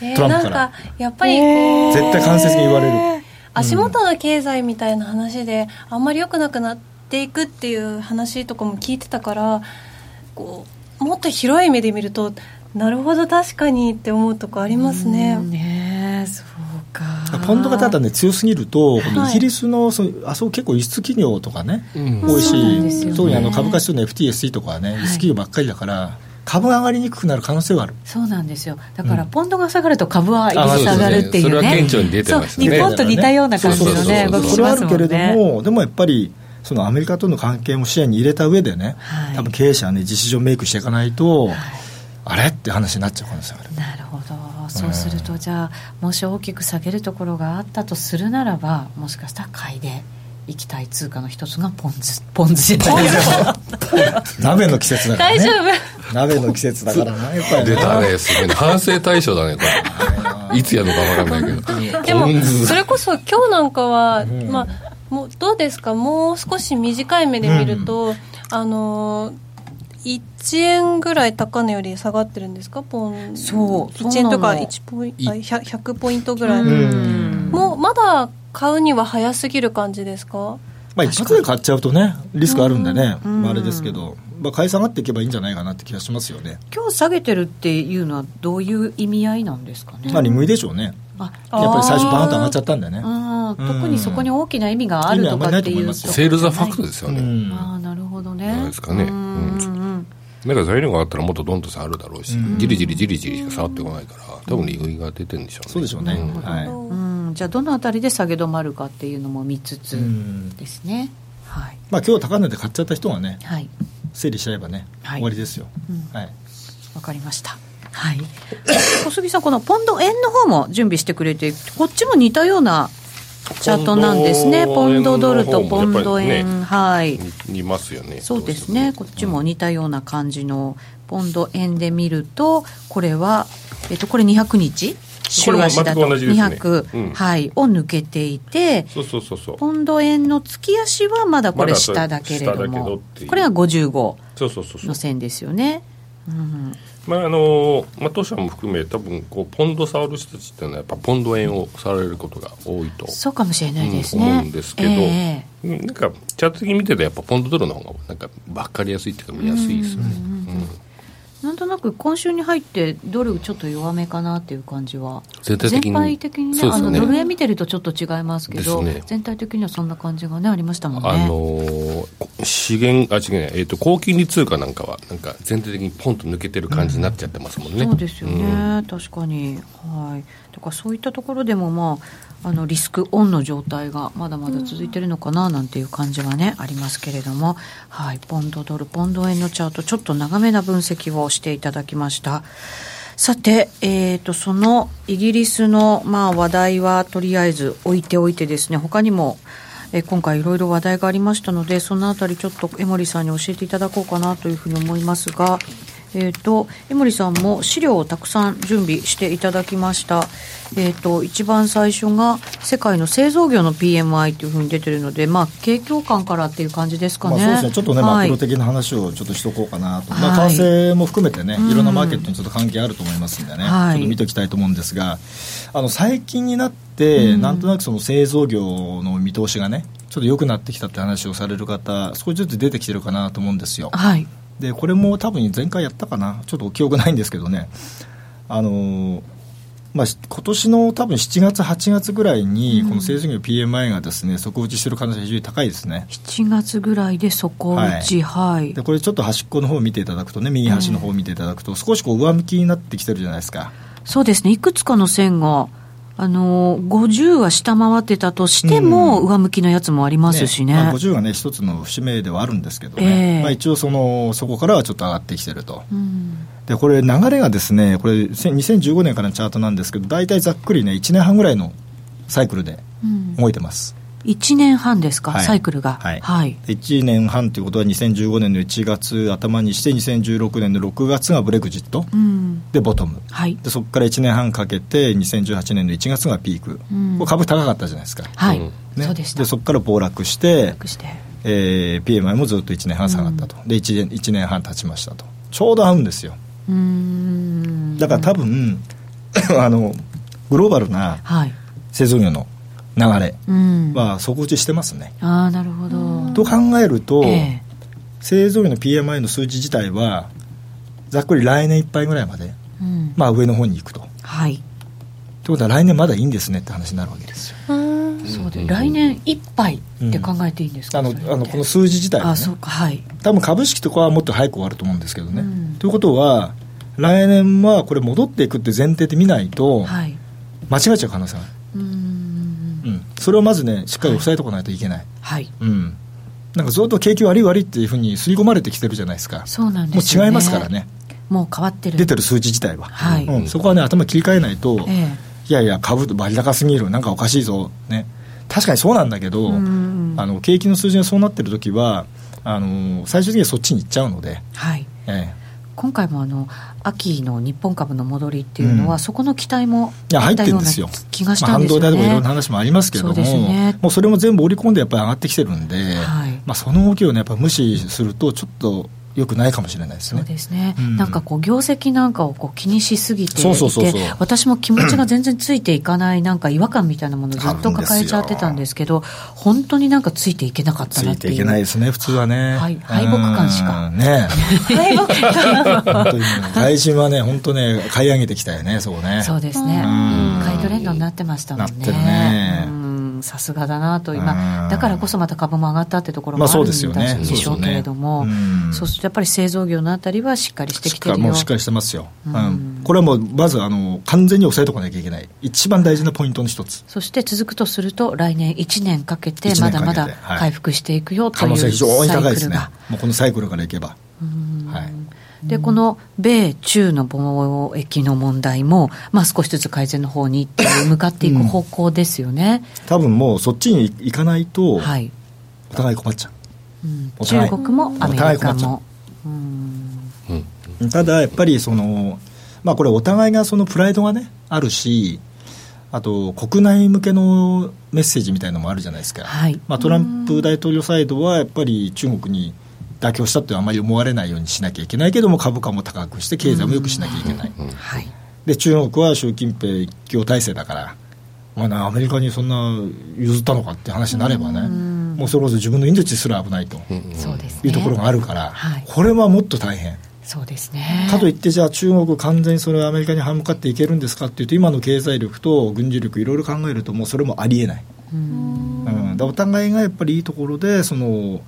Speaker 4: えー
Speaker 2: トランプ
Speaker 4: な
Speaker 2: か
Speaker 4: ん
Speaker 2: ら
Speaker 4: かやっぱりこう
Speaker 2: 絶対間接に言われる
Speaker 4: えー足元の経済みたいな話であんまり良くなくなっていくっていう話とかも聞いてたからこうもっと広い目で見るとなるほど確かにって思うとこありますね。
Speaker 1: ねえそうか
Speaker 2: ポンドがただね強すぎると、この
Speaker 4: はい
Speaker 2: イギリスのそのあそこ結構輸出企業とかね、
Speaker 3: うん
Speaker 2: 多いし、
Speaker 1: そうなんですよね
Speaker 2: 特にあの株価指数の FTSE とかはね、輸出企業ばっかりだから、株が上がりにくくなる可能性はある。
Speaker 1: そうなんですよだから
Speaker 2: うん
Speaker 1: ポンドが下がると株は
Speaker 2: あ
Speaker 1: 下がるってい
Speaker 3: そうれは
Speaker 1: ね
Speaker 3: 顕著に出てますね
Speaker 1: そう日本と似たような感じのね
Speaker 3: そうそうそうそ
Speaker 1: 動
Speaker 3: う
Speaker 1: き
Speaker 2: そ
Speaker 1: し
Speaker 2: れは
Speaker 1: ま
Speaker 2: あ
Speaker 1: す
Speaker 2: る
Speaker 1: も
Speaker 2: け
Speaker 1: ん
Speaker 2: れど
Speaker 1: ね
Speaker 2: も、でもやっぱり、そのアメリカとの関係も視野に入れた上でね、
Speaker 1: はい
Speaker 2: 多分経営者はね、実施上メイクしていかないと、あれって話になっちゃう可能性がある。
Speaker 1: なるほどそうするとじゃあもし大きく下げるところがあったとするならばもしかしたら買いで行きたい通貨の一つがポン酢ポン酢じゃない
Speaker 2: 鍋の季節だから、ね。
Speaker 4: 大丈
Speaker 2: 鍋の季節だからね、やっぱり、
Speaker 3: 出た。ねすごいね反省対象だねこれいつやるのかわかんないけど
Speaker 4: でも
Speaker 3: ポン酢
Speaker 4: それこそ今日なんかは、
Speaker 2: ん
Speaker 4: まあ、もうどうですかもう少し短い目で見ると、あのー1円ぐらい高値より下がってるんですかポン
Speaker 1: そう
Speaker 4: 1円とか
Speaker 1: そうなの
Speaker 4: 1ポインあ100 100ポイントぐらい、
Speaker 2: ん
Speaker 4: もうまだ買うには早すぎる感じですか
Speaker 2: まあ、一発で買っちゃうとね、リスクあるんでね、
Speaker 1: うん
Speaker 2: まあ、あれですけど、まあ、買い下がっていけばいいんじゃないかなって気がしますよね。
Speaker 1: 今日下げてるっていうのはどういう意味合いなんですかね
Speaker 2: まあ、利食いでしょうね。
Speaker 1: あ
Speaker 2: やっぱり最初、
Speaker 4: あー
Speaker 2: バーンと上がっちゃったんだよね。
Speaker 1: あー
Speaker 2: うん
Speaker 1: 特にそこに大きな意味があるとかっていう
Speaker 2: 意味
Speaker 3: セール・ザ・ファクト
Speaker 1: で
Speaker 3: ですよ
Speaker 2: う
Speaker 3: ね、
Speaker 2: ん
Speaker 1: ああなるほどね
Speaker 3: じゃないですかね
Speaker 1: うんうん
Speaker 3: なんかそういうのがあったらもっとどんと下がるだろうし、じりじりじりじりしか下がってこないから多分利食いが出てるんでしょうね
Speaker 2: そうでしょうね。
Speaker 3: ん
Speaker 2: はい。
Speaker 1: うんうんじゃあどのあたりで下げ止まるかっていうのも見つつ
Speaker 2: うん
Speaker 1: ですね、はい
Speaker 2: まあ、今日高値で買っちゃった人がね、
Speaker 1: はい
Speaker 2: 整理しちゃえばね、
Speaker 1: はい
Speaker 2: 終わりですよ。
Speaker 1: うん
Speaker 2: はい。
Speaker 1: わかりましたはい 小杉さんこのポンド円の方も準備してくれていてこっちも似たようなチャートなんですねポ
Speaker 3: ポ
Speaker 1: ン
Speaker 3: ン
Speaker 1: ドド
Speaker 3: ドド
Speaker 1: ル
Speaker 3: ル
Speaker 1: と
Speaker 3: の
Speaker 1: ポ
Speaker 3: 方
Speaker 1: ン
Speaker 3: も
Speaker 1: ド
Speaker 3: やっぱりね
Speaker 1: 円、はい
Speaker 3: 似似ますよね
Speaker 1: そうですね、こっちも似たような感じのポンド円で見ると、これは、えっと、これ200日、
Speaker 3: これも
Speaker 1: だ
Speaker 3: 全く同じですね
Speaker 1: 200、
Speaker 3: うん
Speaker 1: はい、を抜けていて、
Speaker 3: そうそうそうそう
Speaker 1: ポンド円の月足はまだこれ
Speaker 3: まだそれ
Speaker 1: 下だけれど
Speaker 3: 下だけどっ
Speaker 1: も
Speaker 3: てい、う
Speaker 1: これが55
Speaker 3: そうそうそうそう
Speaker 1: の線ですよね。うん、
Speaker 3: まああのまあ、当社も含め多分こうポンド触る人たちっていうのはやっぱポンド円を触れることが多いと、
Speaker 1: そうかもしれないですね、
Speaker 3: うん思うんですけど、
Speaker 1: え
Speaker 3: うんなんかチャット的に見てたらやっぱポンドドルの方がなんか分かりやすいっていうか見やすいですよね、うん
Speaker 1: えなんとなく今週に入ってドルちょっと弱めかなっていう感じは
Speaker 3: 全体的に
Speaker 1: 全的にね
Speaker 3: そうで
Speaker 1: あ
Speaker 3: すよ
Speaker 1: の
Speaker 3: ね
Speaker 1: ドル円見てるとちょっと違いますけど
Speaker 3: ですね
Speaker 1: 全体的にはそんな感じがねありましたもんね
Speaker 3: あのーこ資源あ違うね、えー、と高金利通貨なんかはなんか全体的にポンと抜けてる感じになっちゃってますもんね、
Speaker 1: そうですよね、
Speaker 3: うん
Speaker 1: 確かに、はい、だからそういったところでも、まあ、あのリスクオンの状態がまだまだ続いてるのかななんていう感じは、ねありますけれども、はい、ポンドドル、ポンド円のチャート、ちょっと長めな分析をしていただきました。さて、えー、とそのイギリスの、まあ、話題はとりあえず置いておいてですね他にも、えー今回いろいろ話題がありましたのでそのあたりちょっと江守さんに教えていただこうかなというふうに思いますが、えー、と江守さんも資料をたくさん準備していただきました、えー、と一番最初が世界の製造業の PMI というふうに出てるので、まあ、景況感からっていう感じですか
Speaker 2: まあ、
Speaker 1: ね。
Speaker 2: そうですねちょっとね、
Speaker 1: はい
Speaker 2: マクロ的な話をちょっとしとこうかなと、ま
Speaker 1: は
Speaker 2: あ、
Speaker 1: い
Speaker 2: 為替も含めてね、いろんなマーケットにちょっと関係あると思いますんでね、
Speaker 1: はい
Speaker 2: ちょっと見ておきたいと思うんですが、あの最近になって、なんとなくその製造業の見通しがね、ちょっと良くなってきたって話をされる方、少しずつ出てきてるかなと思うんですよ。
Speaker 1: はい
Speaker 2: でこれも多分前回やったかなちょっと記憶ないんですけどねあのーまあ、し今年の多分7月8月ぐらいにこの製造業の PMI がですね底打ちしてる可能性が非常に高いですね
Speaker 1: 7月ぐらいで底打ち、はい
Speaker 2: でこれちょっと端っこの方を見ていただくとね右端の方を見ていただくと少しこう上向きになってきてるじゃないですか
Speaker 1: そうですね、いくつかの線が、あのー50は下回ってたとしても、
Speaker 2: うん
Speaker 1: 上向きのやつもありますしね。
Speaker 2: まあ、50がね一つの節目ではあるんですけどね、
Speaker 1: ええ
Speaker 2: まあ、一応そのそこからはちょっと上がってきてると
Speaker 1: うん
Speaker 2: でこれ流れがですねこれせん2015年からのチャートなんですけど大体ざっくりね1年半ぐらいのサイクルで
Speaker 1: うん
Speaker 2: 動いてます、
Speaker 1: 1年半ですか、
Speaker 2: はい
Speaker 1: サイクルが。
Speaker 2: はい
Speaker 1: はい
Speaker 2: 1年半ということは2015年の1月頭にして2016年の6月がブレグジット
Speaker 1: うん
Speaker 2: でボトム
Speaker 1: はい
Speaker 2: でそこから1年半かけて2018年の1月がピーク、
Speaker 1: うん
Speaker 2: これ株高かったじゃないですか、
Speaker 1: はい
Speaker 3: うん
Speaker 2: ね
Speaker 1: そうでした。
Speaker 2: そこから暴落して、
Speaker 1: 隠して
Speaker 2: えー PMI もずっと1年半下がったと、で 1, 年1年半経ちましたとちょうど合うんですよ
Speaker 1: うーん
Speaker 2: だから多分、 あのグローバルな
Speaker 1: はい
Speaker 2: 製造業の流れ
Speaker 1: うん
Speaker 2: は底打ちしてますね、
Speaker 1: ああなるほど
Speaker 2: と考えると、
Speaker 1: ええ
Speaker 2: 製造業の PMI の数字自体はざっくり来年いっぱいぐらいまで、
Speaker 1: うん
Speaker 2: まあ、上の方に行くと。という
Speaker 1: はい
Speaker 2: ことは来年まだいいんですねって話になるわけですよ。
Speaker 4: うん
Speaker 1: そうで
Speaker 3: うん
Speaker 1: 来年いっぱいって考えていいんですか
Speaker 2: あの
Speaker 1: それって
Speaker 2: あのこの数字自体は
Speaker 1: あ
Speaker 2: ね
Speaker 1: そうかはい
Speaker 2: 多分株式とかはもっと早く終わると思うんですけどね。
Speaker 1: うん
Speaker 2: ということは来年はこれ戻っていくって前提で見ないと
Speaker 1: はい
Speaker 2: 間違えちゃう可能性があ
Speaker 1: うーん
Speaker 2: る、うん、それをまずねしっかり押さえておかないといけない、
Speaker 1: はい
Speaker 2: うん、なんかずっと景気悪い悪いっていうふうに刷り込まれてきてるじゃないですか
Speaker 1: そうなんで
Speaker 2: も
Speaker 1: すよ
Speaker 2: う違いますからね
Speaker 1: もう変わってる
Speaker 2: 出てる数字自体は、
Speaker 1: はい
Speaker 2: うん、そこはね頭切り替えないと、
Speaker 1: ええ
Speaker 2: いやいや、株と割高すぎる、なんかおかしいぞ、ね、確かにそうなんだけど、
Speaker 1: うん
Speaker 2: あの景気の数字がそうなってる時はあの最終的にはそっちに行っちゃうので、
Speaker 1: はい、
Speaker 2: え
Speaker 1: 今回もあの秋の日本株の戻りっていうのは、
Speaker 2: うん
Speaker 1: そこの期待も
Speaker 2: え、いや入ってるんですよ
Speaker 1: 入ったような気がし
Speaker 2: まあ
Speaker 1: たん
Speaker 2: 半
Speaker 1: です
Speaker 2: 導
Speaker 1: よ
Speaker 2: 体
Speaker 1: ね。
Speaker 2: とかいろんな話もありますけれども、
Speaker 1: そうですね
Speaker 2: もうそれも全部織り込んでやっぱり上がってきてるんで、
Speaker 1: はい
Speaker 2: まあ、その動きを、ね、やっぱ無視すると、ちょっと良くないかもしれないです
Speaker 1: そう
Speaker 2: ね。
Speaker 1: ですね、
Speaker 2: うん
Speaker 1: なんかこう業績なんかをこう気にしすぎていて
Speaker 2: そうそうそうそう
Speaker 1: 私も気持ちが全然ついていかないなんか違和感みたいなものずっと抱えちゃってたんですけど本当になんかついていけなかった
Speaker 2: つ
Speaker 1: なっ
Speaker 2: い
Speaker 1: て
Speaker 2: て
Speaker 1: いう
Speaker 2: いけないですね、普通はね。
Speaker 1: はい敗北感しか
Speaker 2: うんね
Speaker 4: 敗北感
Speaker 2: 本当にね外人はね、本当ね、買い上げてきたよね、そこね。
Speaker 1: そうですね
Speaker 2: うん
Speaker 1: 買いトレンドになってましたもんね
Speaker 2: なってるね
Speaker 1: うんさすがだなと今
Speaker 2: うん
Speaker 1: だからこそまた株も上がったってところも
Speaker 2: ま
Speaker 1: あ
Speaker 2: あ
Speaker 1: る
Speaker 2: そ
Speaker 1: ん
Speaker 2: う
Speaker 1: で
Speaker 2: です
Speaker 1: しょ
Speaker 2: よね
Speaker 1: うけれども
Speaker 2: そうですよねうん
Speaker 1: そうするとやっぱり製造業のあたりはしっかりしてきて
Speaker 2: しっか
Speaker 1: る
Speaker 2: りも
Speaker 1: よ
Speaker 2: うしっかりしてますよ、うん
Speaker 1: うん
Speaker 2: これはもうまずあの完全に抑えておかなきゃいけない一番大事なポイントの一つ
Speaker 1: そして続くとすると来年1年かけて
Speaker 2: 一
Speaker 1: ま
Speaker 2: 年かけ
Speaker 1: だ
Speaker 2: て
Speaker 1: まだ
Speaker 2: はい
Speaker 1: 回復していくよと
Speaker 2: 可
Speaker 1: いう
Speaker 2: 能
Speaker 1: サ
Speaker 2: 性
Speaker 1: イ
Speaker 2: 非常に高いで
Speaker 1: ク
Speaker 2: す
Speaker 1: ル
Speaker 2: ね
Speaker 1: が。
Speaker 2: もうこのサイクルからいけば、
Speaker 1: うん
Speaker 2: はい
Speaker 1: でこの米中の貿易の問題も、まあ、少しずつ改善の方にっていう向かっていく方向ですよね、
Speaker 2: 多分もうそっちに行かないと
Speaker 1: はい
Speaker 2: お互い困っちゃ
Speaker 1: うん
Speaker 2: お
Speaker 1: 中
Speaker 2: 互い
Speaker 1: 国もアメリ
Speaker 2: お互い困
Speaker 1: カ
Speaker 2: っちゃう
Speaker 1: も、うん
Speaker 3: うん
Speaker 2: う、ただやっぱりそのまあこれお互いがそのプライドがねあるしあと国内向けのメッセージみたいのもあるじゃないですか、
Speaker 1: はい
Speaker 2: まあ、トランプ大統領サイドはやっぱり中国に妥協したってあまり思われないようにしなきゃいけないけども株価も高くして経済も良くしなきゃいけない、
Speaker 1: はい
Speaker 2: で中国は習近平一強体制だから、まあな、アメリカにそんな譲ったのかって話になればね、もうそれこそ自分の命すら危ないと
Speaker 1: そうです
Speaker 2: い
Speaker 1: ね
Speaker 2: うところがあるから、
Speaker 1: はい
Speaker 2: これはもっと大変。
Speaker 1: そうですね
Speaker 2: かといって、じゃあ中国、完全にそれはアメリカに歯向かっていけるんですかっていうと、今の経済力と軍事力、いろいろ考えると、もうそれもありえない、うんだからお互いがやっぱりいいところで、その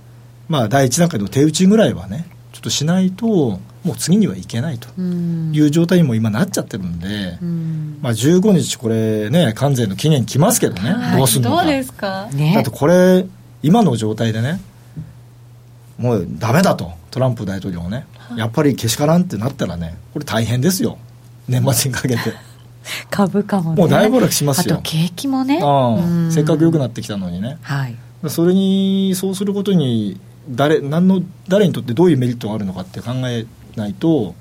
Speaker 2: まあ、第一段階の手打ちぐらいはね、ちょっとしないと、もう次にはいけないと
Speaker 1: うん
Speaker 2: いう状態にも今なっちゃってるんで、
Speaker 1: うん
Speaker 2: まあ、15日、これね、関税の期限来ますけどね、
Speaker 4: はい
Speaker 2: どうするのか。
Speaker 4: どうですか
Speaker 1: ね
Speaker 2: だってこれ、今の状態でね、もうダメだと、トランプ大統領もね、やっぱりけしからんってなったらね、これ大変ですよ、年末にかけて。
Speaker 1: 株価もね
Speaker 2: もう大暴落しますよ
Speaker 1: あと景気もね
Speaker 2: うんせっかく良く
Speaker 1: な
Speaker 2: なってきたのにね、
Speaker 1: はい
Speaker 2: それに、そうすることに誰、何の、誰にとってどういうメリットがあるのかって考えないと、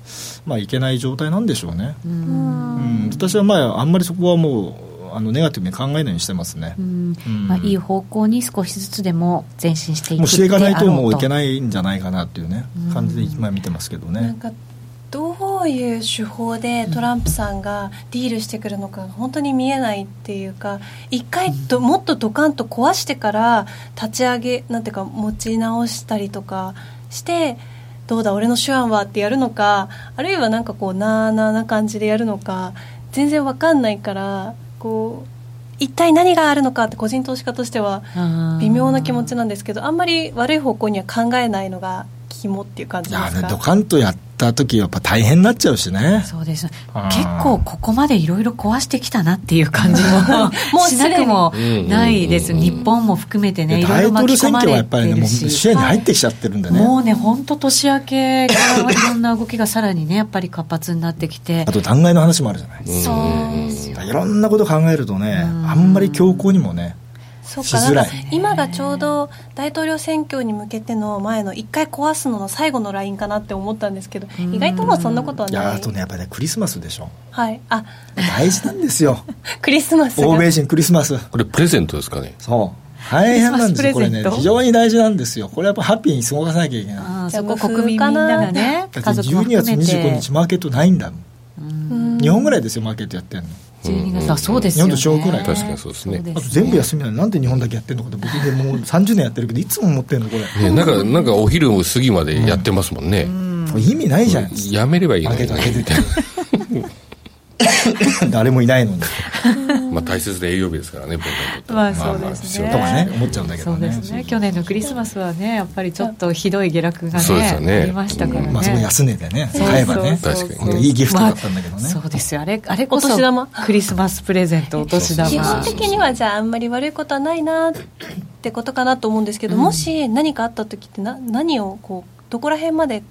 Speaker 2: まあ、いけない状態なんでしょうね。
Speaker 1: う
Speaker 4: うんん
Speaker 2: うん、私はまあ、あんまりそこはもう、あのネガティブに考えないようにしてますね。
Speaker 1: うん
Speaker 2: うん
Speaker 1: まあ、いい方向に少しずつでも前進していく
Speaker 2: もうしていかないともういけ
Speaker 1: い
Speaker 2: ないんじゃないかなっていうね
Speaker 1: うん
Speaker 2: 感じで今見てますけど
Speaker 4: な
Speaker 2: ね
Speaker 4: ん。かどういう手法でトランプさんがディールしてくるのか本当に見えないっていうか一回どもっとドカンと壊してから立ち上げなんていうか持ち直したりとかしてどうだ俺の手腕はってやるのかあるいはなんかこうなあなあな感じでやるのか全然わかんないからこう一体何があるのかって個人投資家としては微妙な気持ちなんですけどあんまり悪い方向には考えないのが肝っていう感じ
Speaker 2: い
Speaker 4: です
Speaker 2: やね
Speaker 4: か
Speaker 2: ドカンとやった時やっぱ大変になっちゃうしね。
Speaker 1: そうです結
Speaker 2: あー
Speaker 1: 構ここまでいろいろ壊してきたなっていう感じも
Speaker 4: もう
Speaker 1: し
Speaker 4: すで
Speaker 1: な
Speaker 4: に
Speaker 1: くも
Speaker 3: うん
Speaker 1: ないです、
Speaker 3: うん
Speaker 1: 日本も含めてね
Speaker 2: で
Speaker 1: いろい
Speaker 2: 大
Speaker 1: ろ
Speaker 2: 統
Speaker 1: 巻き込
Speaker 2: 領選
Speaker 1: ま
Speaker 2: 挙はや
Speaker 1: れ
Speaker 2: っぱり
Speaker 1: て
Speaker 2: ねも
Speaker 1: る
Speaker 2: う
Speaker 1: し
Speaker 2: 視野に入ってきちゃってるんでね。
Speaker 1: もうね本当年明けからいろんな動きがさらに ねやっぱり活発になってきて
Speaker 2: あと弾劾の話もあるじゃない。
Speaker 1: そうですよ
Speaker 2: いろんなこと考えるとね
Speaker 1: うん
Speaker 2: あんまり強硬にもね
Speaker 4: そう
Speaker 2: し
Speaker 4: か
Speaker 2: づ
Speaker 4: なん
Speaker 2: ら
Speaker 4: か
Speaker 2: い
Speaker 4: 今がちょうど大統領選挙に向けての前の一回壊すのの最後のラインかなって思ったんですけど
Speaker 1: ん
Speaker 4: 意外ともうそんなことはい
Speaker 2: や
Speaker 4: な
Speaker 2: あ
Speaker 4: い
Speaker 2: とねやっぱりねクリスマスでしょ
Speaker 4: はい、あ
Speaker 2: 大事なんで すよ
Speaker 4: クリスマスが
Speaker 2: 欧米人クリスマス
Speaker 3: これプレゼントですかね
Speaker 2: そう大変なんですよ
Speaker 1: ク
Speaker 2: こ
Speaker 1: リスマスプレゼ
Speaker 2: れ
Speaker 1: ン
Speaker 2: ね
Speaker 1: ト
Speaker 2: 非常に大事なんですよこれやっぱハッピーに過ごさなきゃいけない
Speaker 1: あー
Speaker 4: じゃあ
Speaker 1: そこ
Speaker 4: 無風
Speaker 1: 国民みんな
Speaker 4: かな
Speaker 1: がね
Speaker 2: だ
Speaker 1: 家
Speaker 2: って
Speaker 1: 族も
Speaker 2: 12月
Speaker 1: 含めて
Speaker 2: 25日マーケットないんだもん
Speaker 4: うん
Speaker 2: 日本ぐらいですよマーケットやってんの
Speaker 1: 12月あそうですよ
Speaker 2: 日
Speaker 1: ね
Speaker 2: 本と中国ぐらい
Speaker 3: 確かにそうですね
Speaker 2: あと全部休みなのなんで日本だけやってんのかって僕でもう30年やってるけどいつも思ってんのこれ
Speaker 3: ねなんかなんかお昼過ぎまでやってますもんね、
Speaker 2: これ意味ないじゃん
Speaker 3: やめればいいの
Speaker 2: 開
Speaker 3: に
Speaker 2: けと
Speaker 3: ね
Speaker 2: 開けて誰もいないのに
Speaker 3: まあ大切な栄養日ですからね僕にとっては
Speaker 1: まあそうですね
Speaker 2: とかね思っちゃうんだけ
Speaker 1: そ
Speaker 2: ど
Speaker 1: うで
Speaker 2: ね
Speaker 1: すね去年のクリスマスはねやっぱりちょっとひどい下落がね
Speaker 3: そうですよね
Speaker 1: ありましたからね、
Speaker 2: まあそこ安値でね買えばね
Speaker 1: そうそうそう
Speaker 3: 確
Speaker 2: かにいいギフトだったんだけどね
Speaker 1: まあそうですよあれあれこそ
Speaker 4: お年玉
Speaker 1: クリスマスプレゼントお年
Speaker 3: まあ
Speaker 1: 玉
Speaker 4: 基
Speaker 3: そう
Speaker 4: 本
Speaker 3: そうそう
Speaker 4: 的にはじゃああんまり悪いことはないなってことかなと思うんですけど、もし何かあった時ってな何をこうどこら辺まで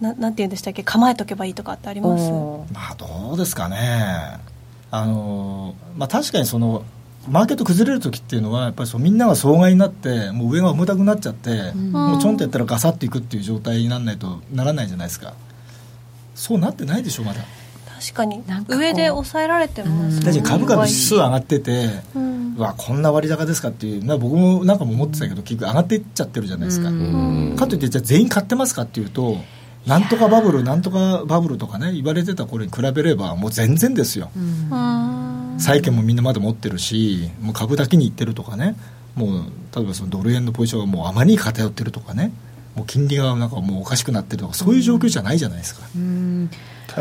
Speaker 4: ななんて言うんでしたっけ構えとけばいいとかってあります
Speaker 1: おー
Speaker 2: まあどうですかねあのまあ確かにそのマーケット崩れる時っていうのはやっぱりそうみんなが障害になってもう上が重たくなっちゃって、
Speaker 1: ん
Speaker 2: もうちょんとやったらガサッといくっていう状態にならないとならないじゃないですかそうなってないでしょまだ
Speaker 4: 確かに
Speaker 1: なんかこう
Speaker 4: 上で抑えられてます
Speaker 1: うん
Speaker 2: だって株価の
Speaker 4: の
Speaker 2: 指数上がってて、
Speaker 4: うん
Speaker 2: うわこんな割高ですかっていう、まあ、僕もなんかも思ってたけど結局上がっていっちゃってるじゃないですか、
Speaker 1: うん
Speaker 3: うん
Speaker 2: かといってじゃあ全員買ってますかっていうとなんとかバブルなんとかバブルとかね言われてた頃に比べればもう全然ですよ
Speaker 1: うん
Speaker 4: うん
Speaker 2: 債券もみんなまだ持ってるしもう株だけにいってるとかねもう例えばそのドル円のポジションがもうあまりに偏ってるとかねもう金利がなんかもうおかしくなってるとかそういう状況じゃないじゃないですか、
Speaker 1: うん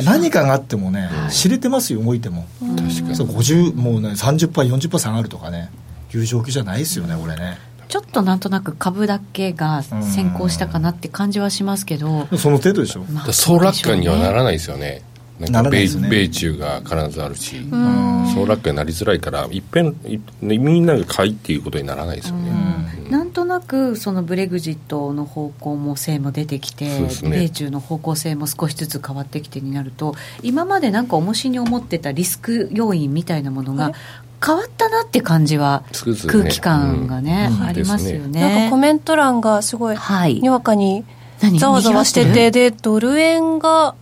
Speaker 2: 何かがあってもね、知れてますよ動いても、
Speaker 3: 確か
Speaker 2: そう50もうね30%、40%下がるとかね、いう状況じゃないですよね、これね。
Speaker 1: ちょっとなんとなく株だけが先行したかなって感じはしますけど、
Speaker 2: その程度でしょ。
Speaker 1: まあ
Speaker 3: 総楽観にはならないですよねなんか
Speaker 2: ならない
Speaker 3: 米
Speaker 2: ですね
Speaker 3: 米中が必ずあるし
Speaker 4: うん
Speaker 3: 総楽観になりづらいからいっぺんいみんなが買いっていうことにならないですよね、
Speaker 1: なんとなくそのブレグジットの方向も性も出てきて、
Speaker 3: そうですね
Speaker 1: 米中の方向性も少しずつ変わってきてになると今までなんか重しに思ってたリスク要因みたいなものが変わったなって感じは
Speaker 3: つくづくね
Speaker 1: 空気感がね、
Speaker 2: うん
Speaker 1: ありますよ
Speaker 3: です
Speaker 1: ね。
Speaker 4: なんかコメント欄がすごい、
Speaker 1: はい
Speaker 4: にわかに
Speaker 1: 何
Speaker 4: ざわざわして
Speaker 1: にぎわ
Speaker 4: てでドル円が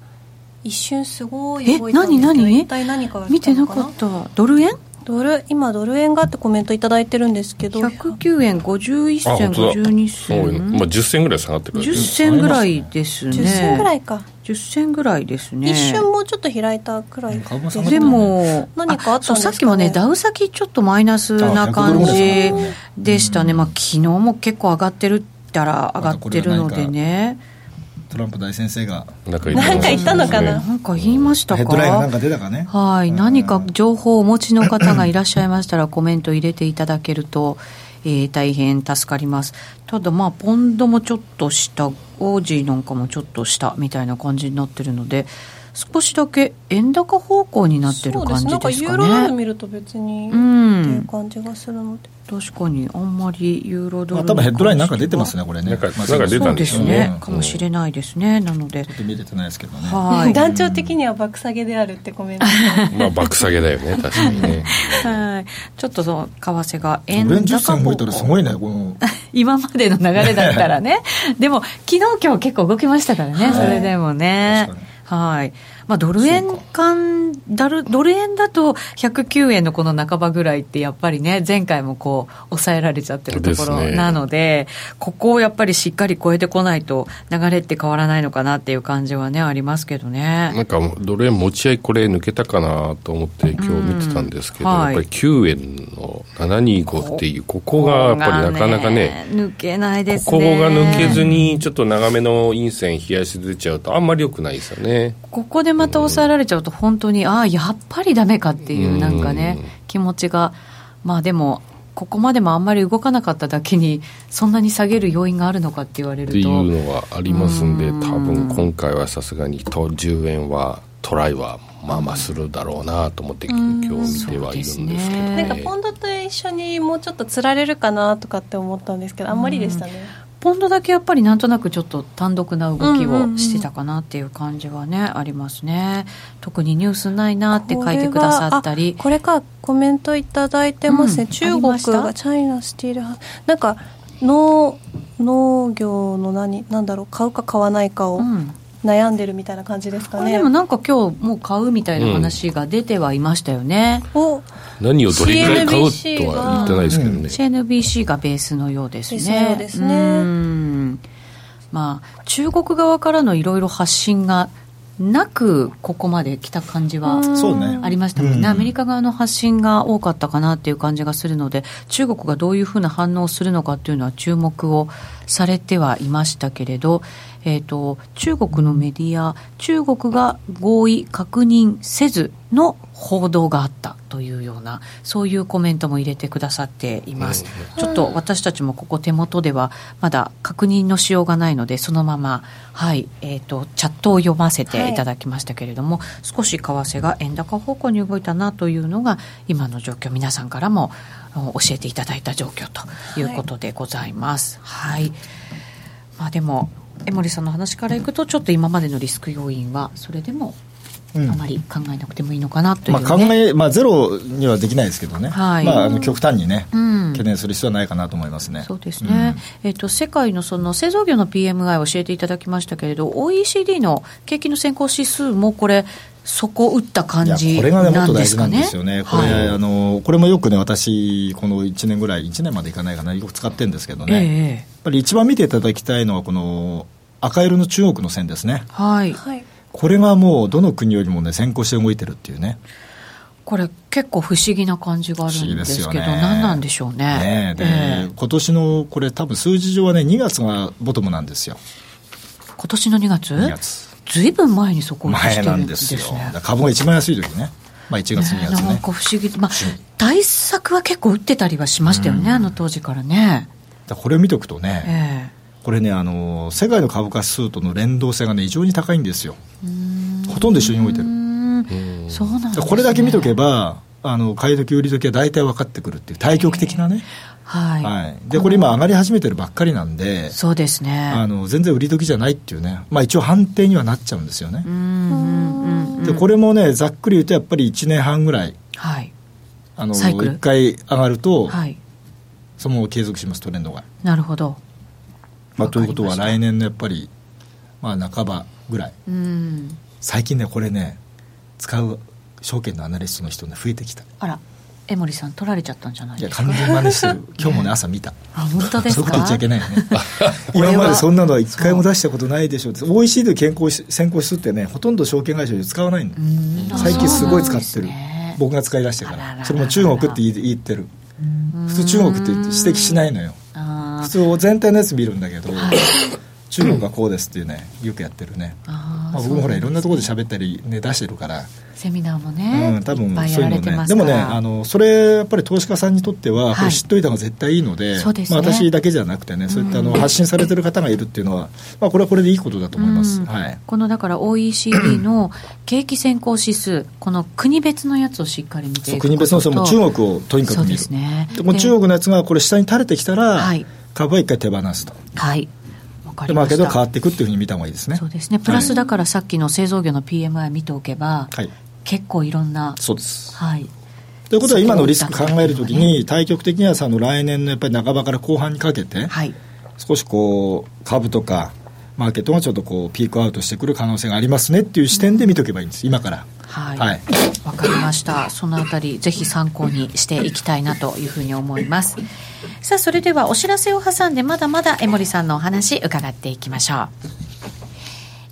Speaker 4: 一瞬すごい動いたんですけど
Speaker 1: え何何
Speaker 4: 一体何かが
Speaker 1: 見
Speaker 4: 来
Speaker 1: て
Speaker 4: た
Speaker 1: な
Speaker 4: のか
Speaker 1: か
Speaker 4: な
Speaker 1: ったドル円
Speaker 4: ドル今ドル円がってコメントいただいてるんですけど
Speaker 1: 109円51
Speaker 3: あ
Speaker 1: 銭
Speaker 3: 本当だ
Speaker 1: 52
Speaker 3: そういうのまあ
Speaker 1: 銭
Speaker 3: 10銭ぐらい下がってくる
Speaker 1: 10銭ぐらいですね
Speaker 4: 10銭ぐらいか、
Speaker 1: 10銭ぐらいですね
Speaker 4: 一瞬もうちょっと開いたくらい
Speaker 2: 株も下がって
Speaker 1: で
Speaker 2: る
Speaker 1: も、
Speaker 4: 何かあったんですかね
Speaker 1: そうさっきもね、ダウ先ちょっとマイナスな感じ
Speaker 2: あ100ドルぐらいですね
Speaker 1: でしたね、まあ昨日も結構上がってるったら上がってるのでね、
Speaker 2: トランプ大先生が
Speaker 3: なんか
Speaker 4: なんか言ったのかな
Speaker 1: なんか言いました
Speaker 2: ヘッドラインがなん
Speaker 1: か
Speaker 2: か出たかね
Speaker 1: はい、
Speaker 2: うん
Speaker 1: 何か情報をお持ちの方がいらっしゃいましたら、コメント入れていただけると、えー大変助かります。ただ、まあ、ポンドもちょっと下、オージーなんかもちょっと下みたいな感じになってるので、少しだけ円高方向になってる感じですかね。
Speaker 4: そうですなんかユーロなど見ると別に、
Speaker 1: うん
Speaker 4: っていう感じがするので
Speaker 1: 確かにあんまりユーロド
Speaker 2: まあ
Speaker 1: ル
Speaker 2: 多分ヘッドラインなんか出てます
Speaker 1: ね
Speaker 2: ねこれね
Speaker 3: なんか
Speaker 2: まあ
Speaker 3: なんか出
Speaker 1: そ
Speaker 3: た
Speaker 1: うんで
Speaker 3: ですす
Speaker 2: よ
Speaker 1: ね
Speaker 2: う、ん
Speaker 1: かもしれないですねなので
Speaker 2: ちょっと見れてないですけどね
Speaker 1: はい
Speaker 4: 団長的には爆下げであるってコメント
Speaker 3: まあ爆下げだよね確かにね
Speaker 1: はいちょっとその為替が
Speaker 2: オレ
Speaker 1: 円
Speaker 2: ンジ
Speaker 1: 高
Speaker 2: 線向いたらすごいねこの
Speaker 1: 今までの流れだったら ねでも昨日今日結構動きましたからね、
Speaker 2: はい
Speaker 1: それでもね
Speaker 2: 確かに
Speaker 1: はいまあ、ドル円間ダルドル円だと109円のこの半ばぐらいってやっぱりね前回もこう抑えられちゃってるところ
Speaker 3: ですね
Speaker 1: なのでここをやっぱりしっかり超えてこないと流れって変わらないのかなっていう感じはねありますけど
Speaker 3: な
Speaker 1: ね
Speaker 3: んかドル円持ち合いこれ抜けたかなと思って今日見てたんですけど、
Speaker 1: うんはい
Speaker 3: やっぱり9円の725っていうここがやっぱりなかなかね
Speaker 1: ここが抜けないですね
Speaker 3: ここが抜けずにちょっと長めの陰線冷やし出ちゃうとあんまり良くないですよね
Speaker 1: ここでまた抑えられちゃうと本当にああやっぱりダメかっていう
Speaker 3: うん
Speaker 1: なんかね気持ちがまあでもここまでもあんまり動かなかっただけにそんなに下げる要因があるのかって言われ
Speaker 3: って
Speaker 1: る
Speaker 3: いう
Speaker 1: と
Speaker 3: のはありますんで
Speaker 1: うん
Speaker 3: 多分今回はさすがにと10円はトライはまあまあするだろうなと思って今日見てはいるんですけど
Speaker 1: そうですね
Speaker 3: ね
Speaker 4: なんかポンドと一緒にもうちょっと釣られるかなとかって思ったんですけどあんまりでしたね、
Speaker 1: ポンドだけやっぱりなんとなくちょっと単独な動き
Speaker 4: うんうんう
Speaker 1: を
Speaker 4: ん
Speaker 1: してたかなっていう感じはねありますね特にニュースないなって書いてくださったり
Speaker 4: これがあこれかコメントいただいてますね、
Speaker 1: うん
Speaker 4: 中国
Speaker 1: ありました
Speaker 4: がチャイナスティールハウスなんか農農業の何なんだろう買うか買わないかを
Speaker 1: うん
Speaker 4: 悩んでるみたいな感じです
Speaker 1: こ
Speaker 4: か
Speaker 1: れで
Speaker 4: ね、
Speaker 1: もなんか今日もう買うみたいな話が出てはいましたよね、
Speaker 4: お
Speaker 3: 何をどれくらい買うとは言ってないですけどね、
Speaker 1: CNBC がベースのようですね。
Speaker 4: ですようですね
Speaker 1: うんまあ、中国側からのいろいろ発信がなく、ここまで来た感じは。
Speaker 2: そうね
Speaker 1: ありましたもんね、
Speaker 2: うん
Speaker 1: アメリカ側の発信が多かったかなっていう感じがするので中国がどういうふうな反応をするのかっていうのは注目をされてはいましたけれど、えー、と中国のメディア中国が合意確認せずの報道があったというようなそういうコメントも入れてくださっています、ちょっと私たちもここ手元ではまだ確認のしようがないのでそのまま、はいえー、とチャットを読ませていただきましたけれども、少し為替が円高方向に動いたなというのが今の状況皆さんからもお教えていただいた状況ということでございます。はい、まあ、でも江森さんの話からいくとちょっと今までのリスク要因はそれでもあ
Speaker 2: うん
Speaker 1: まり考えなくてもいいのかなという、
Speaker 2: ま
Speaker 1: ね
Speaker 2: あ考えまあゼロにはできないですけどね
Speaker 1: はい
Speaker 2: まああの極端にね
Speaker 1: うん
Speaker 2: 懸念する必要はないかなと思いますね
Speaker 1: そうですね、えっと世界のその製造業の PMI を教えていただきましたけれど OECD の景気の先行指数もこれ底打った
Speaker 2: い
Speaker 1: 感
Speaker 2: や
Speaker 1: じ
Speaker 2: これがねも
Speaker 1: な
Speaker 2: っと
Speaker 1: んで
Speaker 2: 大
Speaker 1: す
Speaker 2: 事な
Speaker 1: か
Speaker 2: んで
Speaker 1: ね
Speaker 2: すよね、これ、
Speaker 1: はい
Speaker 2: あのこれもよくね、私、この1年ぐらい、1年までいかないかな、よく使ってるんですけどね、やっ
Speaker 1: ええ
Speaker 2: ぱり一番見ていただきたいのは、この赤色の中国の線ですね、
Speaker 1: はい
Speaker 4: はい
Speaker 2: これがもうどの国よりもね、先行して動いてるっていうね、
Speaker 1: これ結構不思議な感じがあ
Speaker 2: 不思
Speaker 1: る
Speaker 2: 議
Speaker 1: ん
Speaker 2: で
Speaker 1: ですす
Speaker 2: よ
Speaker 1: け
Speaker 2: ね。
Speaker 1: ど何なんでしょうね
Speaker 2: ねえで、
Speaker 1: ええ
Speaker 2: 今年のこれ、多分数字上はね、2月がボトムなんですよ、
Speaker 1: 今年の2月
Speaker 2: 2月、
Speaker 1: ずいぶん前にそこを移して
Speaker 2: 前
Speaker 1: る
Speaker 2: なんん
Speaker 1: で
Speaker 2: です
Speaker 1: す
Speaker 2: よ、
Speaker 1: ね
Speaker 2: だから株が一番安い時ね、まあ、1月、2月
Speaker 1: なん
Speaker 2: ね
Speaker 1: か。不思議、まあ、対策は結構打ってたりはしましたよね、あの当時からね、
Speaker 2: だからこれを見ておくとね、
Speaker 1: え
Speaker 2: これね、あの世界の株価指数との連動性がね、異常に高いんですよ、ほとんど一緒に動いて
Speaker 1: えう
Speaker 2: る、
Speaker 1: ーんそうなんですね
Speaker 2: これだけ見とけば、あの買い時、売り時は大体分かってくるっていう、対極的なね、
Speaker 1: はい、
Speaker 2: はい、でこれ、今、上がり始めてるばっかりなんで、
Speaker 1: そうですね
Speaker 2: あの全然売り時じゃないっていうね、まあ、一応、判定にはなっちゃうんですよね
Speaker 1: う、んうんうんうん
Speaker 2: でこれもね、ざっくり言うと、やっぱり1年半ぐらい、
Speaker 1: はい
Speaker 2: あの
Speaker 1: サイクル
Speaker 2: 1回上がると、
Speaker 1: はい
Speaker 2: そのまま継続します、トレンドが。
Speaker 1: なるほど
Speaker 2: まあ、
Speaker 1: わか
Speaker 2: とい
Speaker 1: りました
Speaker 2: うことは、来年のやっぱり、まあ、半ばぐらい。
Speaker 1: うん
Speaker 2: 最近ねこれね使う証券のアナリストの人ね増えてきた
Speaker 1: あら
Speaker 6: 江森さん取られちゃったんじゃない
Speaker 2: い
Speaker 6: で
Speaker 2: や
Speaker 6: すか
Speaker 2: 完全に真似してる今日 もね朝見た
Speaker 6: あ本当です
Speaker 2: そういう
Speaker 6: か
Speaker 2: こと言っちゃいけ ないよね
Speaker 6: 俺は
Speaker 2: 今までそんなのは一回も出したことないでしょうって OECD で健康し先行指数ってねほとんど証券会社で使わないの
Speaker 6: うん
Speaker 2: 最近すごい使って
Speaker 6: そうなんです
Speaker 2: る
Speaker 6: ね
Speaker 2: 僕が使い出してか
Speaker 6: あらららら
Speaker 2: らそれも中国って言い言ってる普通中国って指摘しないのよ
Speaker 6: あ
Speaker 2: 普
Speaker 6: ー
Speaker 2: 通を全体のやつ見るんだけど中国がこうですっていうねよくやってるね
Speaker 6: あー
Speaker 2: まあ、僕もほらいろんなところで喋ったり、ね、出してるから、
Speaker 6: セミナーもね、
Speaker 2: うん、多分
Speaker 6: いっぱいや
Speaker 2: そうい
Speaker 6: ら
Speaker 2: う
Speaker 6: れて
Speaker 2: の
Speaker 6: ま
Speaker 2: ね
Speaker 6: す
Speaker 2: で
Speaker 6: か
Speaker 2: も
Speaker 6: ら
Speaker 2: ねあのそれやっぱり投資家さんにとっては、これ知っといた方が絶対いいので
Speaker 6: そうですね
Speaker 2: まあ、私だけじゃなくてねそういったあの発信されてる方がいるっていうのは、まあ、これはこれでいいことだと思います、
Speaker 6: うん
Speaker 2: はい、
Speaker 6: このだから OECD の景気先行指数この国別のやつをしっかり見て
Speaker 2: そ
Speaker 6: いうくこと
Speaker 2: 国別のその中国をとにかく
Speaker 6: そう
Speaker 2: 見
Speaker 6: で
Speaker 2: る
Speaker 6: すね
Speaker 2: でもう中国のやつがこれ下に垂れてきたら、
Speaker 6: はい
Speaker 2: 株は一回手放すと
Speaker 6: はいわか
Speaker 2: で
Speaker 6: り
Speaker 2: マ
Speaker 6: ま
Speaker 2: ーケ
Speaker 6: し
Speaker 2: ット
Speaker 6: た
Speaker 2: が変わっていくっていうふうに見た方がいいですね
Speaker 6: そうですねプラスだからさっきの製造業の PMI 見ておけば、
Speaker 2: はい
Speaker 6: 結構いろんな
Speaker 2: そうです
Speaker 6: はい
Speaker 2: ということは今のリスク考えるときに対局的にはその来年のやっぱり半ばから後半にかけて、
Speaker 6: はい
Speaker 2: 少しこう株とかマーケットがちょっとこうピークアウトしてくる可能性がありますねっていう視点で見とけばいいんです今から
Speaker 6: はい、わ、
Speaker 2: はい
Speaker 6: かりました。そのあたり、ぜひ参考にしていきたいなというふうに思います。さあ、それではお知らせを挟んで、まだまだ江森さんのお話伺っていきましょう。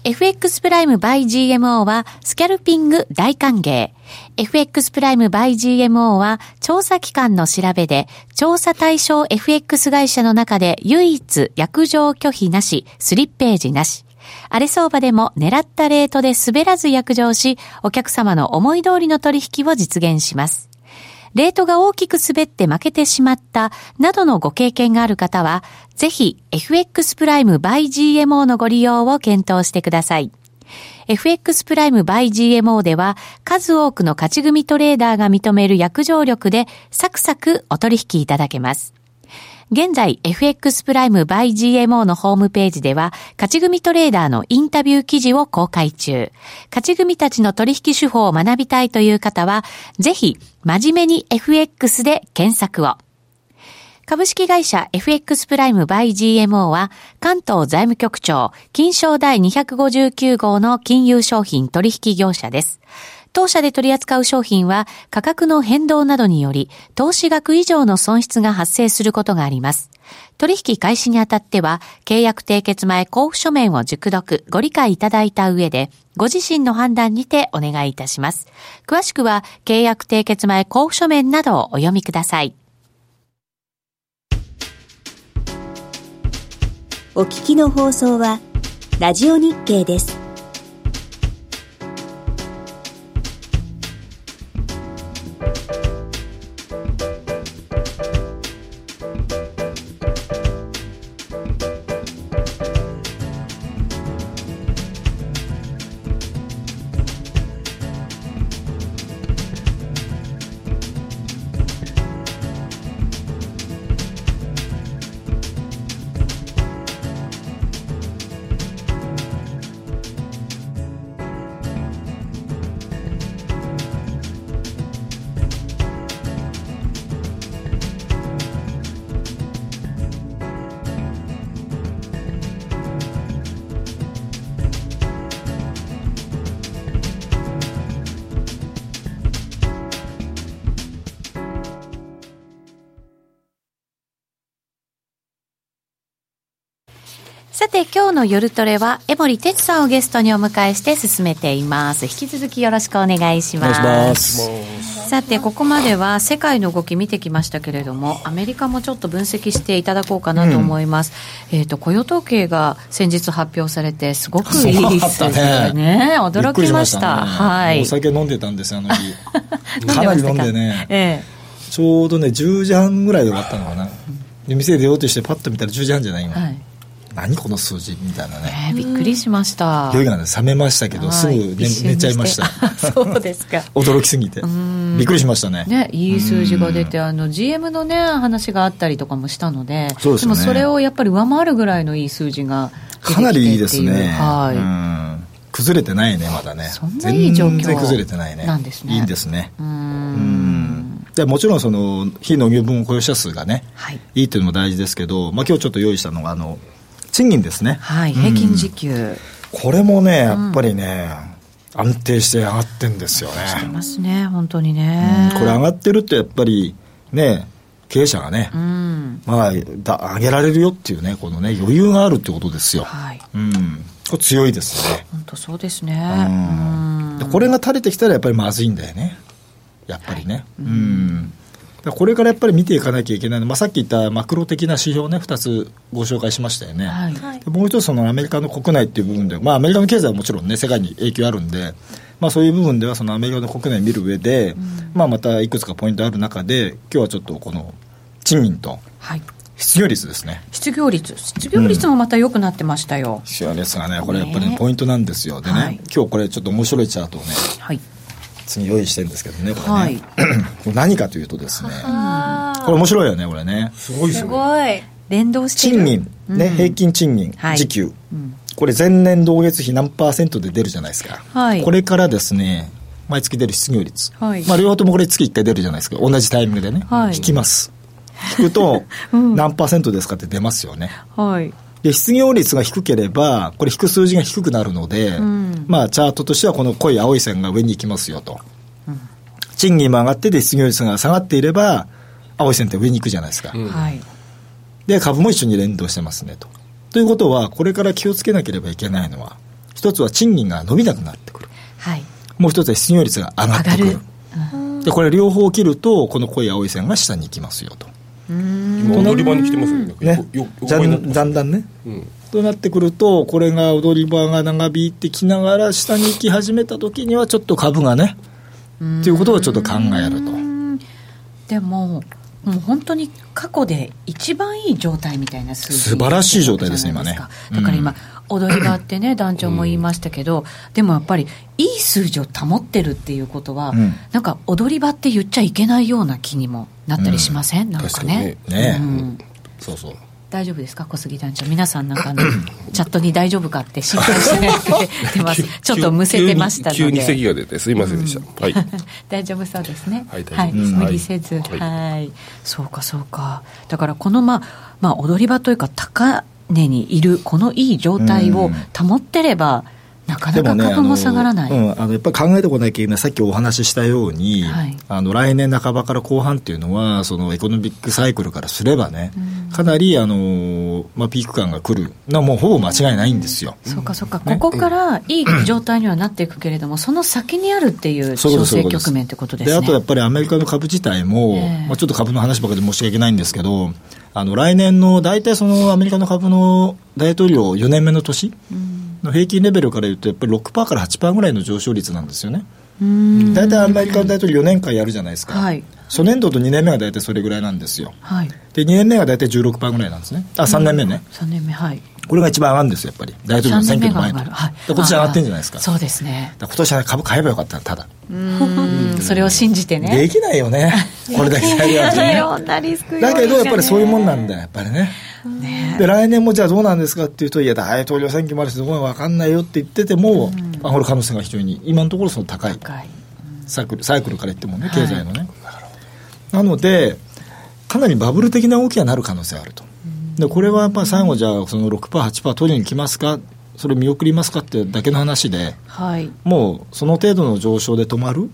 Speaker 1: FX プライム by GMO はスキャルピング大歓迎。FX プライム by GMO は調査機関の調べで調査対象 FX 会社の中で唯一約定拒否なし、スリッページなし。荒れ相場でも狙ったレートで滑らず約定し、お客様の思い通りの取引を実現します。レートが大きく滑って負けてしまったなどのご経験がある方は、ぜひ FX プライム by GMO のご利用を検討してください。FX プライム by GMO では数多くの勝ち組トレーダーが認める約定力でサクサクお取引いただけます。現在 FX プライム by GMO のホームページでは勝ち組トレーダーのインタビュー記事を公開中。勝ち組たちの取引手法を学びたいという方はぜひ真面目に FX で検索を。株式会社 FX プライム by GMO は関東財務局長金賞第259号の金融商品取引業者です。当社で取り扱う商品は価格の変動などにより投資額以上の損失が発生することがあります。取引開始にあたっては契約締結前交付書面を熟読ご理解いただいた上でご自身の判断にてお願いいたします。詳しくは契約締結前交付書面などをお読みください。
Speaker 7: お聞きの放送はラジオ日経です。
Speaker 1: さて今日の夜トレは江森哲さんをゲストにお迎えして進めています引き続きよろしくお願いし
Speaker 2: お願
Speaker 1: ま
Speaker 2: い
Speaker 1: す
Speaker 2: します
Speaker 6: さてここまでは世界の動き見てきましたけれどもアメリカもちょっと分析していただこうかなと思います、えっ、と雇用統計が先日発表されてすごくいいです
Speaker 2: そうだったね
Speaker 6: ね驚きました
Speaker 2: びっくりしね
Speaker 6: はい
Speaker 2: お酒飲んでたんですよあの日
Speaker 6: ました
Speaker 2: か
Speaker 6: か
Speaker 2: なり飲んでね
Speaker 6: え
Speaker 2: ちょうどね10時半ぐらいで終わったのかなで店出ようとしてパッと見たら10時半じゃない
Speaker 6: え
Speaker 2: 今、
Speaker 6: はい
Speaker 2: 何この数字みたいなね
Speaker 6: えーびっくりしました
Speaker 2: 酔いがね冷めましたけどすぐ
Speaker 6: はい
Speaker 2: 寝寝ちゃいました
Speaker 6: 一瞬にして そうですか
Speaker 2: 驚き すぎてびっくりしましたね
Speaker 6: ね、いい数字が出て、あの GM の、ね、話があったりとかもしたので
Speaker 2: そうですよね
Speaker 6: もそれをやっぱり上回るぐらいのいい数字が出てきて
Speaker 2: かなりいいです
Speaker 6: っていう
Speaker 2: ね、
Speaker 6: はい
Speaker 2: うん崩れてないねまだね
Speaker 6: そんないい状況
Speaker 2: 全然崩れてないね
Speaker 6: なんですね
Speaker 2: いいんですね
Speaker 6: うーん
Speaker 2: うんでもちろんその非農業分雇用者数がね
Speaker 6: はい、
Speaker 2: いいというのも大事ですけど、まあ、今日ちょっと用意したのがあの賃金ですね
Speaker 6: はい、平均時給、
Speaker 2: これもねやっぱりね、安定して上がってんですよね。
Speaker 1: してますね本当にね、
Speaker 2: これ上がってるとやっぱりね経営者がね、
Speaker 1: うん
Speaker 2: まあだ上げられるよっていうねこのね余裕があるってことですよ、
Speaker 1: はい
Speaker 2: うんこれ強いですね、
Speaker 1: 本当そうですね
Speaker 2: うん
Speaker 1: う
Speaker 2: で
Speaker 1: ん
Speaker 2: これが垂れてきたらやっぱりまずいんだよねやっぱりね、うんだからこれからやっぱり見ていかなきゃいけないの、まあ、さっき言ったマクロ的な指標ね2つご紹介しましたよね、
Speaker 1: はい
Speaker 4: はい
Speaker 2: でもう一つそのアメリカの国内っていう部分で、まあ、アメリカの経済はもちろんね世界に影響あるんで、まあ、そういう部分ではそのアメリカの国内を見る上で、まあ、またいくつかポイントある中で今日はちょっとこの賃金と
Speaker 1: はい
Speaker 2: 失業率ですね
Speaker 1: 失業率失業率もまた良くなってましたよ、
Speaker 2: 失業率がねこれやっぱり、
Speaker 1: ね
Speaker 2: ね、ポイントなんですよでね、
Speaker 1: はい
Speaker 2: 今日これちょっと面白いチャートをね
Speaker 1: はい
Speaker 2: 次用意してるんですけどねこれね、
Speaker 1: はい
Speaker 2: これ 何かというとですね
Speaker 4: あ
Speaker 2: これ面白いよねこれね
Speaker 3: すごいです
Speaker 4: す
Speaker 3: ね
Speaker 4: ごい
Speaker 1: 連動している
Speaker 2: 賃金、ね
Speaker 1: うん
Speaker 2: 平均賃金、
Speaker 1: はい
Speaker 2: 時給、
Speaker 1: うん
Speaker 2: これ前年同月比何パーセントで出るじゃないですか、
Speaker 1: はい
Speaker 2: これからですね毎月出る失業率、
Speaker 1: はい
Speaker 2: まあ、両方ともこれ月1回出るじゃないですか同じタイミングでね、
Speaker 1: はい
Speaker 2: 聞きます聞 くと何パーセントですかって出ますよね、
Speaker 1: はい
Speaker 2: で失業率が低ければこれ引く数字が低くなるので、
Speaker 1: ん
Speaker 2: まあチャートとしてはこの濃い青い線が上に行きますよと、賃金も上がってて失業率が下がっていれば青い線って上に行くじゃないですか、
Speaker 3: うん
Speaker 1: はい
Speaker 2: で株も一緒に連動してますねと。ということはこれから気をつけなければいけないのは一つは賃金が伸びなくなってくる
Speaker 1: はい
Speaker 2: もう一つは失業率が上がって
Speaker 1: 上
Speaker 2: くる
Speaker 1: がる
Speaker 2: でこれ両方切るとこの濃い青い線が下に行きますよと、
Speaker 3: 今踊り場に来てますよね
Speaker 2: ね
Speaker 3: よよ、
Speaker 2: だ
Speaker 3: 横になって
Speaker 2: ん
Speaker 3: ます
Speaker 2: だんだんね
Speaker 3: うん
Speaker 2: となってくるとこれが踊り場が長引いてきながら下に行き始めた時にはちょっと株がねっていうことをちょっと考えると
Speaker 1: でももう本当に過去で一番いい状態みたいな数字
Speaker 2: 素晴らしい状態ですね今ね
Speaker 1: じゃないですかだから今、踊り場ってね団長も言いましたけど、でもやっぱりいい数字を保ってるっていうことは、
Speaker 2: うん
Speaker 1: なんか踊り場って言っちゃいけないような気にもなったりしません、なんかね
Speaker 2: か
Speaker 3: 確
Speaker 2: にねね
Speaker 1: うん
Speaker 2: そうそう
Speaker 1: 大丈夫ですか小杉団長皆さんなんかあのチャットに大丈夫かって心配してないって言って ますちょっとむせてましたので
Speaker 3: 急に急に咳が出てすいませんでした、はい
Speaker 1: 大丈夫そうですね。
Speaker 3: はい大丈夫です
Speaker 1: 無理せず、は。
Speaker 3: はいい
Speaker 1: そうかそうか。だからこのまあまあ踊り場というか高値にいるこのいい状態を保ってれば、なかなか株も下がらない。
Speaker 2: でもねあのうん、あのやっぱり考えてこなきゃいけない、さっきお話ししたように、
Speaker 1: はい
Speaker 2: あの来年半ばから後半っていうのは、そのエコノミックサイクルからすればね、かなりあの、まあ、ピーク感が来るのはもうほぼ間違いないんですよ。
Speaker 1: そうかそうか、ここからいい状態にはなっていくけれども、その先にあるっていう
Speaker 2: そういう
Speaker 1: 調
Speaker 2: ことそうい
Speaker 1: 整
Speaker 2: うことです
Speaker 1: 局面ってことです
Speaker 2: で
Speaker 1: ね。
Speaker 2: あとやっぱりアメリカの株自体も、
Speaker 1: ええ
Speaker 2: まあ、ちょっと株の話ばかりで申し訳ないんですけど、あの来年の大体そのアメリカの株の大統領4年目の年の平均レベルから言うと、やっぱり6%から8%ぐらいの上昇率なんですよね。
Speaker 1: うん
Speaker 2: 大体アメリカの大統領4年間やるじゃないですか、
Speaker 1: はい
Speaker 2: 初年度と2年目が大体それぐらいなんですよ、
Speaker 1: はい。
Speaker 2: で2年目が大体16%ぐらいなんですね、あ3年目ね、
Speaker 1: 三年目はい。
Speaker 2: これが一番上がるんですよ、やっぱり、大統領の選挙の前と、で
Speaker 1: はい。
Speaker 2: 今年上がってんじゃないですか、
Speaker 1: あー
Speaker 2: だか
Speaker 1: そうですね。
Speaker 2: ら今年は株買えばよかったのただ、
Speaker 1: うん、それを信じてね。
Speaker 2: できないよ ね、これだけ大量だと
Speaker 1: い
Speaker 2: ね。
Speaker 1: ろんなリスク
Speaker 2: だけどやっぱりそういうもん
Speaker 1: な
Speaker 2: なんだよやっぱりねで来年もじゃあどうなんですかっていうといや大統領選挙もあるしどこが分かんないよって言ってても、あこれ可能性が非常に今のところその高いサイクルサイクルから言ってもね、経済のね。なので、かなりバブル的な動きがなる可能性があると。で、これはやっぱり最後、じゃあ、その6%、8%取りに来ますか、それ見送りますかってだけの話で、
Speaker 1: はい
Speaker 2: もうその程度の上昇で止まる、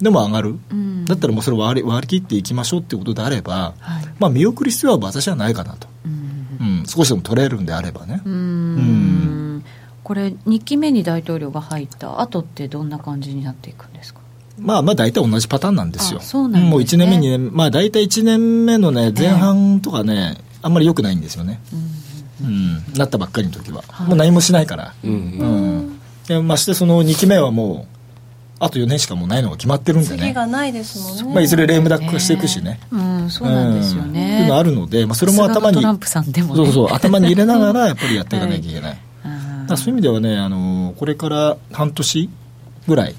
Speaker 2: でも上がる、
Speaker 1: ん
Speaker 2: だったらもうそれ割り割り切っていきましょうっていうことであれば、
Speaker 1: はい
Speaker 2: まあ、見送る必要は私はないかなと、
Speaker 1: うん
Speaker 2: うん少しでも取れるんであればね。
Speaker 1: うーんこれ2期目に大統領が入った後ってどんな感じになっていくんですか
Speaker 2: まあまあ大体同じパターンなんですよ。
Speaker 1: あそうなんですね
Speaker 2: もう1年目、2年目、まあ大体1年目のね、前半とかね、あんまり良くないんですよね。うん。なったばっかりの時は。もう何もしないから。
Speaker 3: うん
Speaker 2: うん。でましてその2期目はもう、あと4年しかもうないのが決まってるんで
Speaker 4: 次
Speaker 2: ね。
Speaker 4: がないですもんね、
Speaker 2: まあいずれレームダック化していくしね。
Speaker 1: うんそうなんですよ
Speaker 2: うんってい
Speaker 1: ね
Speaker 2: うのあるので、まあそれも
Speaker 1: さ
Speaker 2: 頭
Speaker 1: すが
Speaker 2: に、
Speaker 1: トランプさんでもね
Speaker 2: そうそう、頭に入れながらやっぱりやっていかなきゃいけない。
Speaker 1: うん
Speaker 2: だからそういう意味ではね、あのこれから半年ぐらい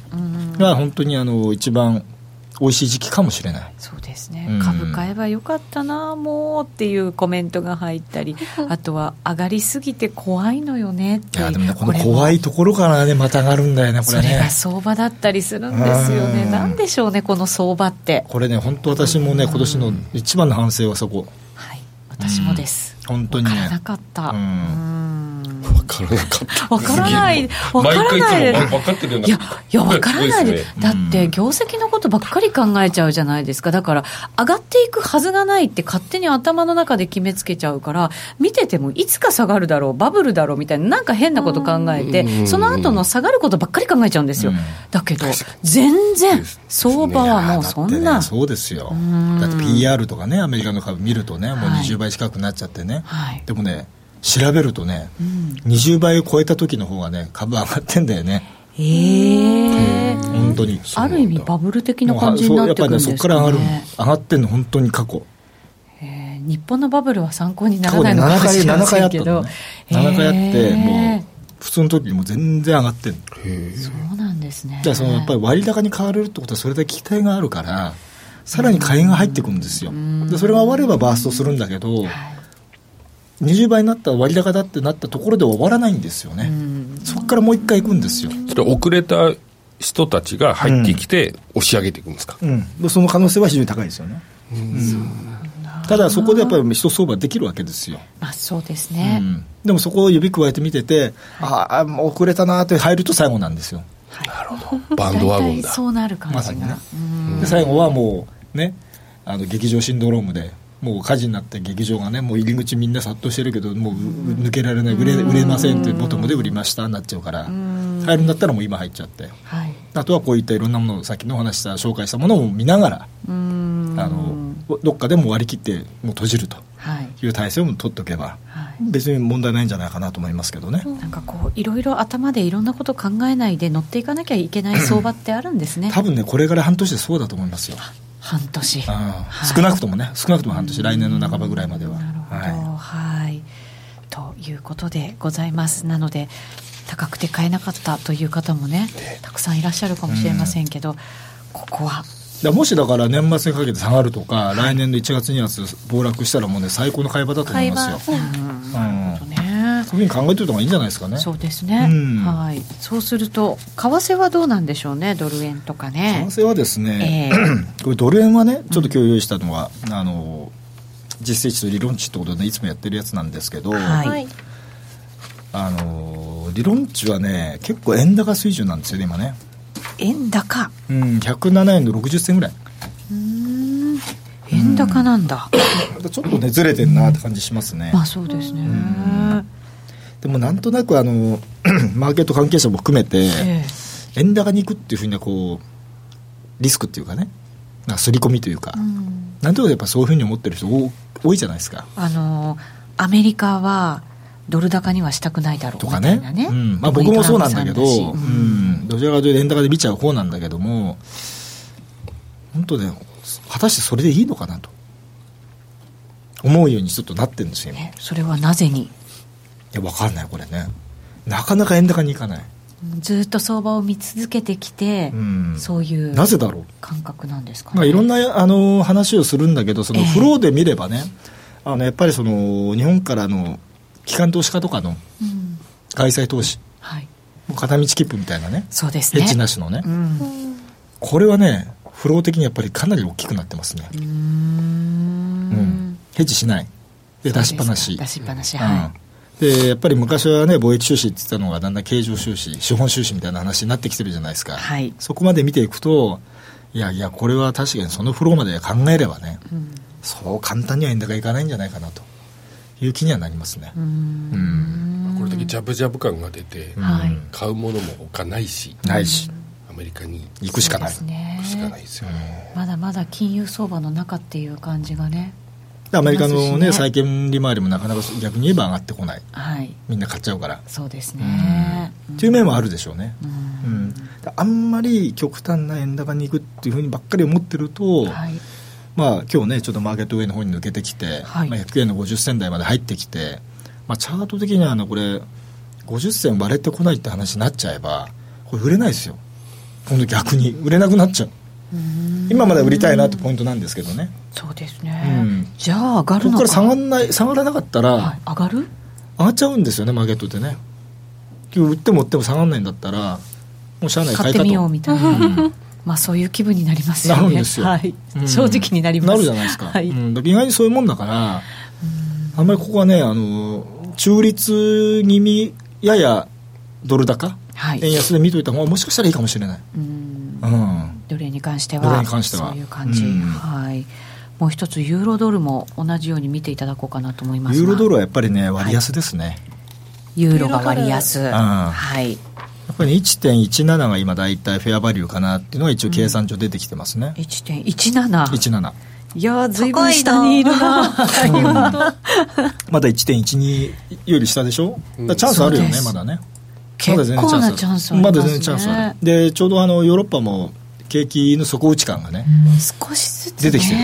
Speaker 2: が本当にあの一番美味しい時期かもしれない。
Speaker 1: そうですね、
Speaker 2: うん
Speaker 1: 株買えばよかったなもうっていうコメントが入った りあとは上がりすぎて怖いのよねって
Speaker 2: いやでもね、この
Speaker 1: れも
Speaker 2: 怖いところからね、また上がるんだよね、こ
Speaker 1: そ
Speaker 2: れ
Speaker 1: れ
Speaker 2: ね
Speaker 1: が。相場だったりするんですよね
Speaker 2: うん
Speaker 1: なんでしょうねこの相場って
Speaker 2: これね、本当私もね、今年の一番の反省はそこ。
Speaker 1: はい私もです、
Speaker 2: 本当に
Speaker 1: わからな
Speaker 2: ね
Speaker 1: かった。
Speaker 2: う
Speaker 1: うんん
Speaker 3: わからなかった
Speaker 1: わからない
Speaker 3: すげえ
Speaker 1: わからない
Speaker 3: 毎回いつもわかってるようない
Speaker 1: や、いや、わからないで
Speaker 3: です
Speaker 1: だって、業績のことばっかり考えちゃうじゃないですか。だから、上がっていくはずがないって勝手に頭の中で決めつけちゃうから、見ててもいつか下がるだろう、バブルだろうみたいな、なんか変なこと考え
Speaker 3: う
Speaker 1: て、
Speaker 3: ん
Speaker 1: その後の下がることばっかり考えちゃうんですよ
Speaker 2: うん。
Speaker 1: だけど、全然
Speaker 3: です、
Speaker 1: 相場はもうそん
Speaker 2: いやだ
Speaker 1: な
Speaker 2: ってね。そうですよだって PR とかねアメリカの株見るとねもう
Speaker 1: はい
Speaker 2: 20倍近くなっちゃってね、
Speaker 1: はい
Speaker 2: でもね調べるとね、20倍を超えた時の方がね株上がってんだよね
Speaker 1: ええ。
Speaker 2: 本当に
Speaker 1: ある意味バブル的な感じに
Speaker 2: もう
Speaker 1: な
Speaker 2: は
Speaker 1: ってくるんで
Speaker 2: そう
Speaker 1: す
Speaker 2: やっぱりねそこから上がる
Speaker 1: ね
Speaker 2: 上がってんの本当に過去
Speaker 1: えー日本のバブルは参考にな
Speaker 2: 過
Speaker 1: ら
Speaker 2: 去
Speaker 1: な
Speaker 2: で
Speaker 1: い
Speaker 2: 7
Speaker 1: のかもしれま
Speaker 2: 回7回
Speaker 1: せ
Speaker 2: や
Speaker 1: ん
Speaker 2: った
Speaker 1: け
Speaker 2: の
Speaker 1: ど、
Speaker 2: ね7回やって
Speaker 1: え
Speaker 2: も
Speaker 1: ー
Speaker 2: う普通の時にも全然上がってんの
Speaker 1: そうなんですね
Speaker 2: じゃあそのやっぱり割高に買われるってことはそれだけ期待があるからさらに買いが入ってくるんですよでそれが終わればバーストするんだけど、20倍になった割高だってなったところで終わらないんですよねそこからもう一回行くんですよ、
Speaker 3: それ遅れた人たちが入ってきて押し上げていくんですか、
Speaker 2: うん、でその可能性は非常に高いですよね、うんただそこでやっぱり人相場できるわけですよ、
Speaker 1: まあそうです
Speaker 2: う
Speaker 1: ね、
Speaker 2: ん、でもそこを指加えて見てて、ああもう遅れたなーって入ると最後なんですよ
Speaker 3: バンドワゴ
Speaker 1: 大
Speaker 3: ンだ
Speaker 1: 体そうなる感じ
Speaker 2: ま
Speaker 1: が、
Speaker 2: さにね
Speaker 1: うん
Speaker 2: で最後はもうねあの劇場シンドロームでもう火事になって劇場がねもう入り口みんな殺到してるけどもうう抜けられない売れ売れませんってボトムで売りましたになっちゃうから入るんだったらもう今入っちゃって
Speaker 1: はい
Speaker 2: あとはこういったいろんなものをさっきのお話しした紹介したものを見ながらあのどっかでも割り切ってもう閉じると
Speaker 1: はい
Speaker 2: いう体制を取っておけば
Speaker 1: はい
Speaker 2: 別に問題ないんじゃないかなと思いますけどね
Speaker 1: なんかこういろいろ頭でいろんなこと考えないで乗っていかなきゃいけない相場ってあるんですね
Speaker 2: 多分ねこれから半年でそうだと思いますよ
Speaker 1: 半年
Speaker 2: うん
Speaker 1: はい
Speaker 2: 少なくともね少なくとも半年来年の半ばぐらいまでは
Speaker 1: なるほど
Speaker 2: はい
Speaker 1: はい、ということでございますなので高くて買えなかったという方もねたくさんいらっしゃるかもしれませんけど、ここは
Speaker 2: だからもしだから年末にかけて下がるとか、来年の1月2月暴落したらもうね最高の買い場だと思いますよ、
Speaker 4: 買い場
Speaker 2: うん、
Speaker 1: ね
Speaker 2: そういうふうに考えておいた方がいいんじゃないですかね
Speaker 1: そうですね、
Speaker 2: うん
Speaker 1: はいそうすると為替はどうなんでしょうねドル円とか
Speaker 2: 為
Speaker 1: ね
Speaker 2: 替はです
Speaker 1: え
Speaker 2: ね、これドル円はねちょっと今日用意したのは、あの実績値と理論値ってことでねいつもやってるやつなんですけど、
Speaker 1: はい
Speaker 4: はい
Speaker 2: あの理論値はね結構円高水準なんですよね今ね
Speaker 1: 円高
Speaker 2: うん107円の60銭ぐらい
Speaker 1: 円高なんだ、
Speaker 2: ちょっとねずれてんなって感じしますね、
Speaker 1: まあそうですね、
Speaker 2: でもなんとなくあの マーケット関係者も含めて、
Speaker 1: ええ
Speaker 2: 円高に行くっていうふうなこうリスクっていうかねなんか刷り込みというか、なんとなくやっぱそういうふうに思ってる人多多いじゃないですか
Speaker 1: あのアメリカはドル高にはしたくないだろう
Speaker 2: とか
Speaker 1: みた
Speaker 2: ね
Speaker 1: いなね、
Speaker 2: うんまあ、
Speaker 1: 特
Speaker 2: 僕
Speaker 1: に
Speaker 2: もそう
Speaker 1: トラ
Speaker 2: な
Speaker 1: ンプさ
Speaker 2: んだ
Speaker 1: ん
Speaker 2: けど、
Speaker 1: し
Speaker 2: う
Speaker 1: うん
Speaker 2: ん、どちらかというと円高で見ちゃう方なんだけども本当ね果たしてそれでいいのかなと思うようにちょっとなってるんですよ今い
Speaker 1: ねそれはなぜに
Speaker 2: や分かんないこれねなかなか円高に行かない、
Speaker 1: ずっと相場を見続けてきて、
Speaker 2: うん、
Speaker 1: そういう
Speaker 2: なぜだろう
Speaker 1: 感覚なんですかね、
Speaker 2: まあ、いろんなあの話をするんだけど、その
Speaker 1: ええ
Speaker 2: フローで見ればね、あのやっぱりその日本からの機関投資家とかの
Speaker 1: うん
Speaker 2: 外債投資、
Speaker 1: はい、
Speaker 2: もう片道切符みたいなね、
Speaker 1: そうです
Speaker 2: ヘ
Speaker 1: ね
Speaker 2: ッジなしのね、
Speaker 1: うん
Speaker 2: これはね、フロー的にやっぱりかなり大きくなってますね、
Speaker 1: うー
Speaker 2: うん
Speaker 1: ん
Speaker 2: ヘッジしない、で出しっぱなし
Speaker 1: 出。しっぱなし、
Speaker 2: うん
Speaker 1: は
Speaker 2: でやっぱり昔はね貿易収支って言ってたのがだんだん経常収支資本収支みたいな話になってきてるじゃないですか、
Speaker 1: はい
Speaker 2: そこまで見ていくといやいやこれは確かにそのフローまで考えればね、
Speaker 1: い。うん
Speaker 2: そう簡単には円高いかないんじゃないかなという気にはなりますね。
Speaker 1: うーん
Speaker 2: うん
Speaker 3: これだけジャブジャブ感が出て、
Speaker 1: はい
Speaker 2: うん
Speaker 3: 買うものも他ないし
Speaker 2: ないし、
Speaker 3: アメリカに
Speaker 2: 行くしかない。
Speaker 1: そうですね
Speaker 3: 行くしかないですよね、
Speaker 1: まだまだ金融相場の中っていう感じがね、
Speaker 2: アメリカの
Speaker 1: ま
Speaker 2: ね、
Speaker 1: すしね
Speaker 2: 債券利回りもなかなか逆に言えば上がってこない。
Speaker 1: はい、
Speaker 2: みんな買っちゃうから。
Speaker 1: そうです
Speaker 2: うん
Speaker 1: ね。
Speaker 2: っていう面はあるでしょうね。
Speaker 1: うん
Speaker 2: うん。あんまり極端な円高に行くっていうふうにばっかり思ってると、
Speaker 1: はい、
Speaker 2: まあ今日ね、ちょっとマーケット上の方に抜けてきて、
Speaker 1: はい
Speaker 2: まあ100円の50銭台まで入ってきて、まあチャート的にはあのこれ、50銭割れてこないって話になっちゃえば、これ売れないですよ。今度逆に売れなくなっちゃう。
Speaker 1: うーん
Speaker 2: 今まで売りたいなってポイントなんですけどね、
Speaker 1: そうですね。
Speaker 2: うん
Speaker 1: じゃあ上が
Speaker 2: こ
Speaker 1: るの
Speaker 2: こ
Speaker 1: か
Speaker 2: か
Speaker 1: ら
Speaker 2: 下がんない下がらなかった
Speaker 1: は
Speaker 2: ら
Speaker 1: い、上がる？
Speaker 2: 上がっちゃうんですよね、マーケットってね。今日売っても売っても下がらないんだったら、もう社内
Speaker 1: 買っ
Speaker 2: 変え
Speaker 1: て
Speaker 2: たと
Speaker 1: みようみたいな。
Speaker 2: うん
Speaker 1: まあそういう気分になりますよね。
Speaker 2: なるんですよ
Speaker 1: はい、
Speaker 2: うん
Speaker 1: 正直になります。
Speaker 2: なるじゃないですか、
Speaker 1: はい。
Speaker 2: うんだから意外にそういうもんだから、あんまりここはね、あの中立気味、ややドル高、
Speaker 1: はい
Speaker 2: 円安で見といた方が、もしかしたらいいかもしれない。
Speaker 1: うん
Speaker 2: うん
Speaker 1: ドル円に関して
Speaker 2: ドル
Speaker 1: は
Speaker 2: 円に関しては
Speaker 1: そういう感じ、
Speaker 2: うん
Speaker 1: はいもう一つユーロドルも同じように見ていただこうかなと思います
Speaker 2: ユー
Speaker 1: が
Speaker 2: ロドルはやっぱりね、割安ですね、
Speaker 1: ユーロが割安
Speaker 2: ん
Speaker 1: はい
Speaker 2: やっぱり1.17が今、大体フェアバリューかなっていうのが一応、計算上出てきてますね、
Speaker 1: 1.17
Speaker 2: 17、
Speaker 1: いやーずいぶん下にいるな
Speaker 2: まだ1.12より下でしょ、だからチャンスあるよ
Speaker 1: そう
Speaker 2: ね
Speaker 1: で、す
Speaker 2: まだね、まだ
Speaker 1: 結
Speaker 2: 全然
Speaker 1: 構なチャンスありますね
Speaker 2: まだ全然チャンスある、でちょうどあのヨーロッパも景気の底打ち感がね、
Speaker 1: 少しずつ、ね、
Speaker 2: 出てきてる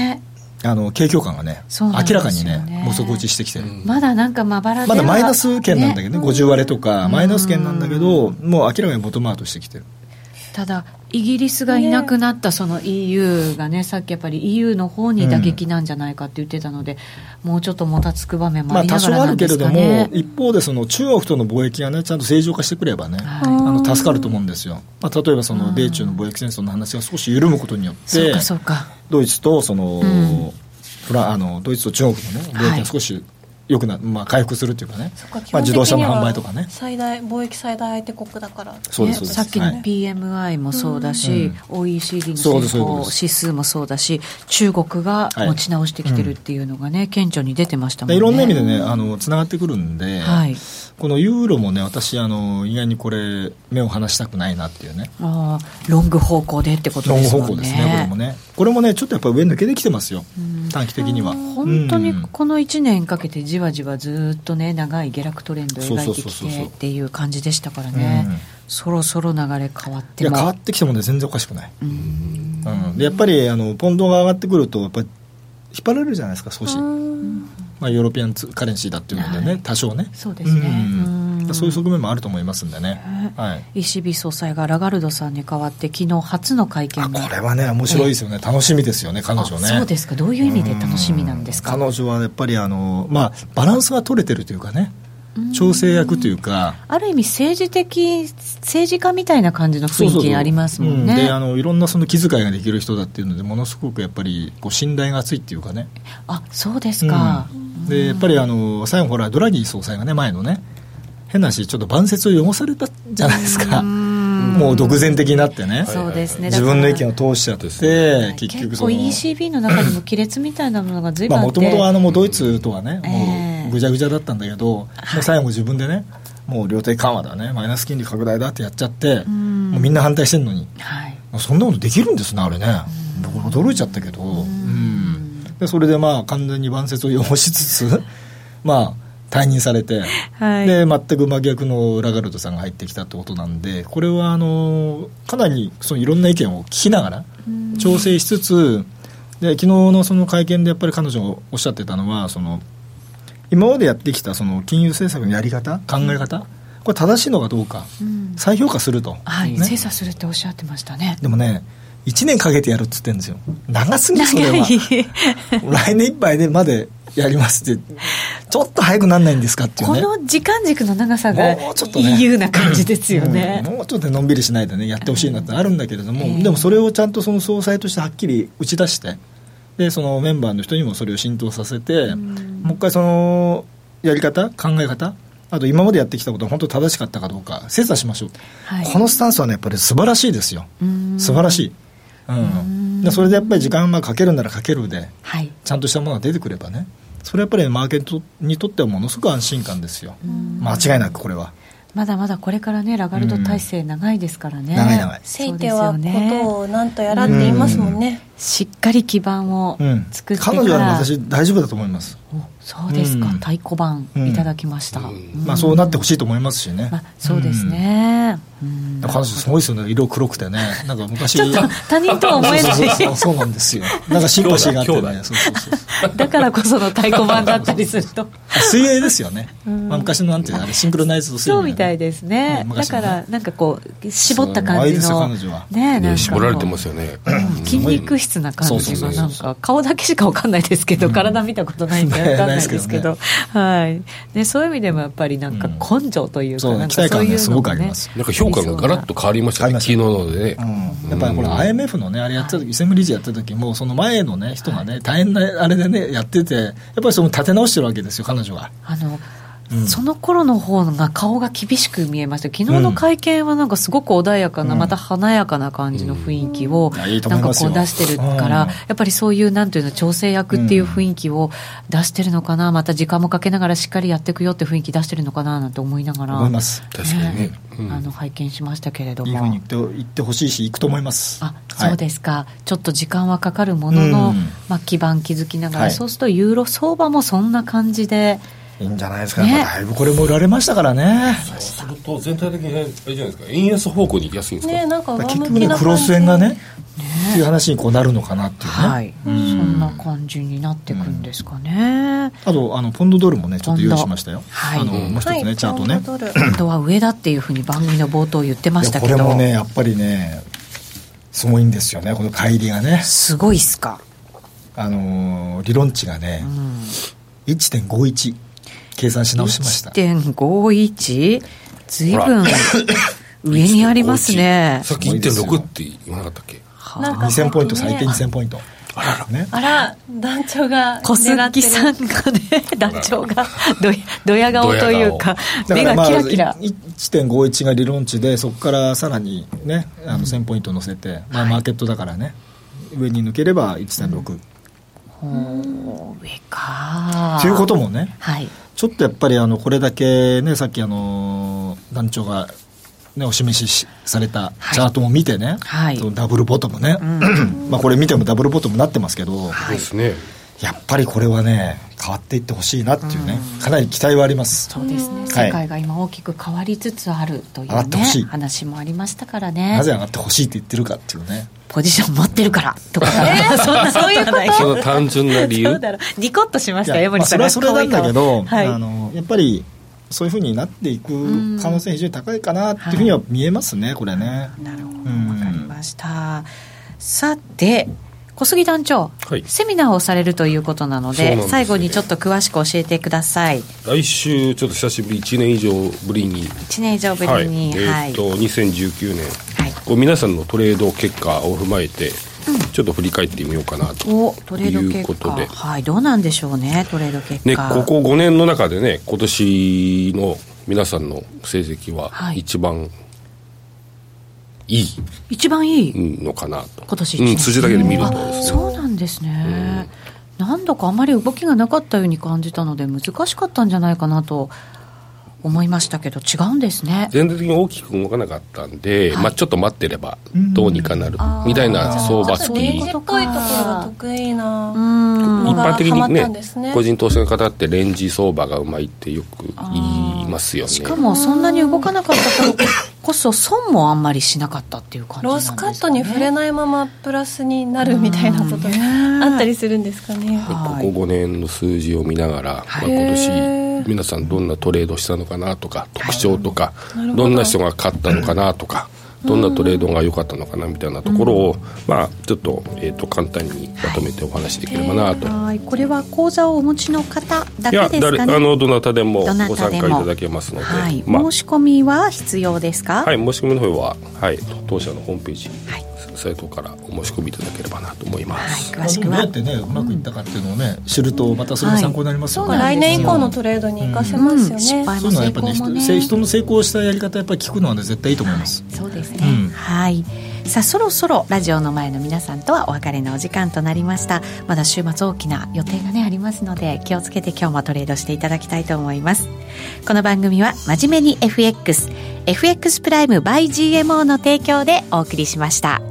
Speaker 2: あの景況感がね、
Speaker 1: そう
Speaker 2: 明
Speaker 1: なんですよ
Speaker 2: らかにね
Speaker 1: ね、
Speaker 2: もう底打ちしてきてる。
Speaker 1: まだなんかまばらで
Speaker 2: ま
Speaker 1: は
Speaker 2: だマイナス圏なんだけ
Speaker 1: ね
Speaker 2: どね、50割れとか、マイナス圏なんだけど、もう明らかにボトムアウトしてきてる。
Speaker 1: ただイギリスがいなくなったその EU がねさっきやっぱり EU の方に打撃なんじゃないかって言ってたので、もうちょっともたつく場面もあ
Speaker 2: まあ
Speaker 1: りな
Speaker 2: 多
Speaker 1: が
Speaker 2: 少
Speaker 1: ら
Speaker 2: あ
Speaker 1: な
Speaker 2: る
Speaker 1: ん
Speaker 2: け
Speaker 1: で
Speaker 2: れ
Speaker 1: す
Speaker 2: ど
Speaker 1: か
Speaker 2: も
Speaker 1: ね、
Speaker 2: 一方でその中国との貿易がね、ちゃんと正常化してくればね、あ
Speaker 1: はい
Speaker 2: の助かると思うんですよ。まあ例えばその米中の貿易戦争の話が少し緩むことによっ
Speaker 1: そう
Speaker 2: て
Speaker 1: か、そうか
Speaker 2: ドイツとその
Speaker 1: ん、
Speaker 2: フランあのドイツと中国のね、貿易が少し良くな、まあ回復するっていうかね
Speaker 4: そっか、基
Speaker 2: まあ
Speaker 4: 本
Speaker 2: 自
Speaker 4: 的
Speaker 2: 動車
Speaker 4: に
Speaker 2: の販
Speaker 4: は
Speaker 2: 売とかね。
Speaker 4: 最大貿易最大相手国だから
Speaker 2: そうです、
Speaker 1: ね
Speaker 2: そうです。
Speaker 1: さっきの
Speaker 2: はい
Speaker 1: PMI もそうだし、OECD の
Speaker 2: そ
Speaker 1: 先
Speaker 2: うですそう
Speaker 1: 行
Speaker 2: です
Speaker 1: 指数もそうだし中国が
Speaker 2: はい
Speaker 1: 持ち直してきてるっていうのがね、顕著に出てましたもんね
Speaker 2: いろんな意味でね、あの、つながってくるんで、
Speaker 1: はい
Speaker 2: このユーロもね、私、あの、意外にこれ、目を離したくないなっていうね。
Speaker 1: あーロング方向でってこと
Speaker 2: ロ
Speaker 1: で
Speaker 2: ング
Speaker 1: すも
Speaker 2: 方
Speaker 1: んね
Speaker 2: 向ですね、これもね。これもね、ちょっとやっぱ上抜けてきてますよ。短期的には。
Speaker 1: 本当に
Speaker 2: うん
Speaker 1: この1年かけてじわじわずっとね長い下落トレンドを描いて
Speaker 2: そう
Speaker 1: き
Speaker 2: そうそう
Speaker 1: て
Speaker 2: そう
Speaker 1: っていう感じでしたからね、
Speaker 2: うん
Speaker 1: そろそろ流れ変わっ
Speaker 2: い
Speaker 1: て
Speaker 2: や、
Speaker 1: も
Speaker 2: 変わってきてもね、全然おかしくない。うん。で、やっぱり、あの、ポンドが上がってくると、やっぱり、引っ張られるじゃないですか、少し。まあ、ヨーロピアンツカレンシーだっていうのでね、多少ね。
Speaker 1: そうですね
Speaker 2: うん
Speaker 1: うん
Speaker 2: そういう側面もあると思いますんでね。はい。
Speaker 1: 石火総裁がラガルドさんに代わって昨日初の会見
Speaker 2: あ、
Speaker 1: に
Speaker 2: これはね、面白いですよね。楽しみですよね、彼女ね。
Speaker 1: あそうですかどういう意味で楽しみなんですか
Speaker 2: 彼女はやっぱりあの、まあ、バランスが取れてるというかね調整役というか
Speaker 1: ある意味政治的政治家みたいな感じの雰
Speaker 2: そ
Speaker 1: 囲
Speaker 2: うそうそう
Speaker 1: 気ありますもん
Speaker 2: う
Speaker 1: ね
Speaker 2: であのいろんなその気遣いができる人だっていうのでものすごくやっぱりこう信頼が厚いっていうかね、
Speaker 1: あそうですか、
Speaker 2: うんでやっぱりあの最後ほらドラギー総裁がね前のね変な話ちょっと晩節を汚されたじゃないですかもう独善的になってね
Speaker 1: そうですね
Speaker 2: 自分の意見
Speaker 1: を
Speaker 2: を通しちゃって
Speaker 1: はい
Speaker 2: 結局
Speaker 1: 結
Speaker 2: そ
Speaker 1: 構
Speaker 2: の
Speaker 1: ECB の中でも亀裂みたいなものが随分
Speaker 2: まあ
Speaker 1: あ
Speaker 2: も
Speaker 1: って、
Speaker 2: ともとはあのもうドイツとはね、
Speaker 1: ええ
Speaker 2: もうぐちゃぐちゃだったんだけど、もう最後自分でね、もう量的緩和だね、マイナス金利拡大だってやっちゃって、もうみんな反対してんのに、
Speaker 1: はい、
Speaker 2: そんなことできるんですね、あれね、僕、驚いちゃったけど、うんでそれでまあ完全に晩節を汚しつつ、 まあ、退任されて、
Speaker 1: はい
Speaker 2: で全く真逆のラガルドさんが入ってきたってことなんで、これはあのかなりそのいろんな意見を聞きながら、調整しつつ、で昨日のその会見でやっぱり彼女がおっしゃってたのは、その今までやってきたその金融政策のやり方、考え方、これ正しいのかどうか、再評価すると、
Speaker 1: はい、
Speaker 2: ね
Speaker 1: 精査するっておっしゃってましたね。
Speaker 2: でもね、1年かけてやるって言ってるんですよ、長すぎるそれは、来年いっぱいでまでやりますって、ちょっと早くなんないんですかっていう
Speaker 1: こ
Speaker 2: ね。
Speaker 1: の時間軸の長さが
Speaker 2: もうちょっとね
Speaker 1: EU な感じですよね。
Speaker 2: うんもうちょっとのんびりしないでねやってほしいなってあるんだけれども、でもそれをちゃんとその総裁としてはっきり打ち出してでそのメンバーの人にもそれを浸透させて、もう一回そのやり方考え方あと今までやってきたことは本当正しかったかどうか精査しましょう、
Speaker 1: はい
Speaker 2: このスタンスはねやっぱり素晴らしいですよ素晴らしい、うん、でそれでやっぱり時間はかけるならかけるで
Speaker 1: はい。
Speaker 2: ちゃんとしたものが出てくればねそれはやっぱりマーケットにとってはものすごく安心感ですよ間違いなくこれは。
Speaker 1: まだまだこれからね、ラガルド体制長いですからね。
Speaker 2: うん長い長い
Speaker 4: せいては
Speaker 1: そうですよ
Speaker 4: こ
Speaker 1: ね
Speaker 4: とをなんとやらって言いますもんね、
Speaker 1: しっかり基盤を
Speaker 2: うん
Speaker 1: 作ってか
Speaker 2: 彼
Speaker 1: ら、
Speaker 2: 女は私大丈夫だと思います、
Speaker 1: おそうですか、
Speaker 2: うん
Speaker 1: 太鼓判いただきました。うん
Speaker 2: まあ、そうなってほしいと思いますしね、
Speaker 1: まあ、そうですね。うん
Speaker 2: うん、彼女すごいですよね色黒くてねなんか昔ちょっ
Speaker 1: 他人とは思えな
Speaker 2: そうそうそ
Speaker 1: いう
Speaker 2: そうなんですよなんかシンパシーがあって
Speaker 3: 兄弟
Speaker 2: ねそうそうそう
Speaker 1: だからこその太鼓判だったりすると
Speaker 2: あ水泳ですよね、まあ、昔のなんていうのあれシンクロナイズド水泳
Speaker 1: そうみたいですね
Speaker 2: うん
Speaker 1: だ
Speaker 2: 昔
Speaker 1: か
Speaker 2: のね
Speaker 1: らなんかこう絞った感じ
Speaker 2: そう
Speaker 1: の
Speaker 2: うまいですよ彼女は
Speaker 1: ねなんかもう
Speaker 3: ね絞られてますよね。
Speaker 1: 筋肉質な感
Speaker 2: そ
Speaker 1: じ
Speaker 2: う
Speaker 1: が
Speaker 2: そう
Speaker 1: な
Speaker 3: そ
Speaker 1: ん
Speaker 3: う
Speaker 1: か顔だけしかわかんないですけど、体見たことないんでわかんないですけど、はいね、そういう意味でもやっぱりなんか根性というか、
Speaker 2: うん
Speaker 1: なんか
Speaker 2: そう期待
Speaker 1: そう
Speaker 2: 感
Speaker 1: いうのもね
Speaker 2: がすごくあります
Speaker 3: なんか評価がガラッと変わりましたね、
Speaker 2: 変わ
Speaker 3: 昨日
Speaker 2: り
Speaker 3: のでね。
Speaker 2: やっぱりこれ IMF のね、あれやってた時、専務理事やってた時も、その前のね、人がね、大変なあれでね、やってて、やっぱりその立て直してるわけですよ、彼女が。
Speaker 1: あの、その頃の方が顔が厳しく見えました昨日の会見はなんかすごく穏やかな、
Speaker 2: うん
Speaker 1: また華やかな感じの雰囲気を
Speaker 2: うんいやいいと
Speaker 1: な
Speaker 2: 思
Speaker 1: んか
Speaker 2: います
Speaker 1: こ
Speaker 2: よ
Speaker 1: う出してるから、
Speaker 2: うん
Speaker 1: やっぱりそういうなんていうの調整役っていう雰囲気を出してるのかな、また時間もかけながらしっかりやっていくよって雰囲気出してるのかななんて思いながら
Speaker 2: 思います。
Speaker 3: 確かにね。
Speaker 1: あの拝見しましたけれど
Speaker 2: いいふ
Speaker 1: も
Speaker 2: うに言って言ってほしいし、行くと思います。
Speaker 1: あ
Speaker 2: はい
Speaker 1: そうですか、ちょっと時間はかかるものの、
Speaker 2: うん
Speaker 1: まあ、基盤築きながら、
Speaker 2: はい
Speaker 1: そうするとユーロ相場もそんな感じで。
Speaker 2: いいんじゃないですか、
Speaker 1: ね
Speaker 2: やっぱだいぶこれも売られましたからね。
Speaker 3: すると、全体的に、あれじゃないですか、円安方向に行きやすいんですか、
Speaker 4: ねなんか
Speaker 2: だ
Speaker 4: 上
Speaker 2: から
Speaker 4: 向
Speaker 2: 結
Speaker 4: き
Speaker 2: 局ね
Speaker 4: な、
Speaker 2: クロス円がね、っていう話にこうなるのかなっていうね。
Speaker 1: はい、そんな感じになっていくんですか ね。
Speaker 2: あと、あの、ポンドドルもね、ちょっと用意しましたよ。
Speaker 1: はい
Speaker 2: あの、もう一つね、チャートね。
Speaker 4: ポ ンドル
Speaker 1: あとは上だっていうふうに番組の冒頭言ってま
Speaker 2: い
Speaker 1: し
Speaker 2: や
Speaker 1: た
Speaker 2: こ
Speaker 1: け
Speaker 2: れ
Speaker 1: ど、
Speaker 2: もね、やっぱりね、すごいんですよね、この乖離がね。
Speaker 1: すごいっすか。
Speaker 2: あのー理論値がね、1.51計算し直しました
Speaker 1: 1.51ずいぶん 上にありますね。
Speaker 3: さっき1.6って言わなかったっけ
Speaker 4: なんか
Speaker 2: 2000ポイント
Speaker 4: さっ
Speaker 2: 最
Speaker 4: き
Speaker 2: 低
Speaker 4: ね
Speaker 2: 2000ポイントね
Speaker 4: あら団長が
Speaker 1: 小
Speaker 4: 狙って
Speaker 1: 杉
Speaker 4: る
Speaker 1: さんがね、団長がどやどや顔というか、
Speaker 2: だ
Speaker 1: 目
Speaker 2: からま
Speaker 1: が
Speaker 2: あ
Speaker 1: キラキラ。
Speaker 2: 1.51が理論値でそこからさらにねあの1000ポイント乗せて、まあ、マーケットだからね上に抜ければ1.6、
Speaker 1: ほう上か。
Speaker 2: ということもね
Speaker 1: はい。
Speaker 2: ちょっとやっぱりあのこれだけねさっきあの団長が、ね、お示ししされた
Speaker 1: はい
Speaker 2: チャートも見てね、
Speaker 1: はい
Speaker 2: そのダブルボトムね、 まあこれ見てもダブルボトムになってますけど、
Speaker 3: そうですね。
Speaker 2: やっぱりこれはね変わっていってほしいなっていうね、かなり期待はあります
Speaker 1: そうですね。
Speaker 2: はい
Speaker 1: 世界が今大きく変わりつつあるとい
Speaker 2: 上が
Speaker 1: う
Speaker 2: ってほし
Speaker 1: ね
Speaker 2: い
Speaker 1: 話もありましたからね。
Speaker 2: なぜ上がってほしいって言ってるかっていうね
Speaker 1: ポジション持ってるからとか、そんなそういうことない
Speaker 3: その単純な理
Speaker 1: そ
Speaker 3: 由
Speaker 1: う。だろうニコッとしま
Speaker 2: い
Speaker 1: した
Speaker 2: や
Speaker 1: よ、
Speaker 2: ま
Speaker 1: 江
Speaker 2: あ
Speaker 1: 守
Speaker 2: そ
Speaker 1: さんが
Speaker 2: れはそれなんだけど、
Speaker 1: 可愛い顔
Speaker 2: あのやっぱりそういうふうになっていく可能性非常に高いかなっていうふうには見えますねこれね、
Speaker 1: なるほど、
Speaker 2: うん
Speaker 1: わかりました。さて、小杉団長、
Speaker 3: はい
Speaker 1: セミナーをされるということなの
Speaker 3: そうな
Speaker 1: で、
Speaker 3: んですよ
Speaker 1: 最後にちょっと詳しく教えてください。
Speaker 3: 来週、ちょっと久しぶり、1年以上ぶりに、
Speaker 1: 1年以上ぶ
Speaker 3: は
Speaker 1: り
Speaker 3: い、
Speaker 1: に、は
Speaker 3: え
Speaker 1: い
Speaker 3: ーっと、2019年、
Speaker 1: はい
Speaker 3: こう皆さんのトレード結果を踏まえて、ちょっと振り返ってみようかなと
Speaker 1: おトレード
Speaker 3: いうこ
Speaker 1: 結
Speaker 3: と
Speaker 1: 果
Speaker 3: で、
Speaker 1: はい、どうなんでしょうね、トレード結
Speaker 3: ね、
Speaker 1: 果。
Speaker 3: ここ5年の中でね、今年の皆さんの成績は
Speaker 1: はい
Speaker 3: 一番いい
Speaker 1: 一番いい、
Speaker 3: のかなと。
Speaker 1: 今年一
Speaker 3: う
Speaker 1: 年
Speaker 3: ん、数字だけで見ると
Speaker 1: あ
Speaker 3: ですね。
Speaker 1: そうなんですね、何度かあまり動きがなかったように感じたので難しかったんじゃないかなと思いましたけど違うんですね
Speaker 3: 全体的に大きく動かなかったんで、
Speaker 1: はい
Speaker 3: まあちょっと待ってればどうにかなるみたいな相場好
Speaker 1: そうい
Speaker 3: き
Speaker 1: うこ
Speaker 4: ち
Speaker 1: と
Speaker 4: ょっとっぽいところが得意
Speaker 1: う
Speaker 4: な、
Speaker 1: ん
Speaker 3: 一般的に
Speaker 4: ハマった
Speaker 3: ね
Speaker 4: んですね
Speaker 3: 個人投資家の方ってレンジ相場がうまいってよく言いますよね
Speaker 1: しかもそんなに動かなかった頃こそ損もあんまりしなかったっていう感じなん
Speaker 4: ロ
Speaker 1: です
Speaker 4: ス
Speaker 1: か、ね、
Speaker 4: カットに触れないままプラスになるみたいなことがあったりするんですかね。
Speaker 3: こ
Speaker 1: はい
Speaker 3: こ5年の数字を見ながら、
Speaker 1: はい
Speaker 3: まあ、今
Speaker 4: へ
Speaker 3: 年皆さんどんなトレードしたのかなとか特徴とか、どんな人が勝ったのかなとか、どんなトレードが良かったのかなみたいなところを、まあちょっと,、えー、と簡単にまとめてお話しできればなと。
Speaker 1: はいこれは口座をお持ちの方だ
Speaker 3: いや
Speaker 1: けです
Speaker 3: 誰
Speaker 1: か
Speaker 3: あ
Speaker 1: ね
Speaker 3: のどなたでも
Speaker 1: どな
Speaker 3: ご
Speaker 1: た
Speaker 3: 参
Speaker 1: で
Speaker 3: 加い
Speaker 1: も
Speaker 3: ただけますので、
Speaker 1: はい、
Speaker 3: まあ
Speaker 1: 申し込みは必要ですか、
Speaker 3: はい、申し込みの方は、はい、当社のホームページ、
Speaker 1: はい
Speaker 3: サイトからお申し込みいただければなと思いま
Speaker 1: はい
Speaker 3: す。
Speaker 1: 詳しく
Speaker 2: まあ
Speaker 1: は
Speaker 2: でもどうやってねうまくいったかっていうのをね知るとまたそれも参考になりますよね、
Speaker 1: はいそうなん
Speaker 4: 来
Speaker 1: ですよ
Speaker 4: 年以降のトレードに活かせますよね。
Speaker 1: 失敗も
Speaker 2: そういうの
Speaker 1: 成
Speaker 2: はやっぱ
Speaker 1: 功
Speaker 2: ね
Speaker 1: も
Speaker 2: 人
Speaker 1: ね
Speaker 2: せ人の成功したやり方やっぱり聞くのはね絶対いいと思います、
Speaker 1: そうですね、
Speaker 2: うん
Speaker 1: はいさあそろそろラジオの前の皆さんとはお別れのお時間となりましたまだ週末大きな予定がねありますので気をつけて今日もトレードしていただきたいと思いますこの番組は真面目に FXFX プライム by GMO の提供でお送りしました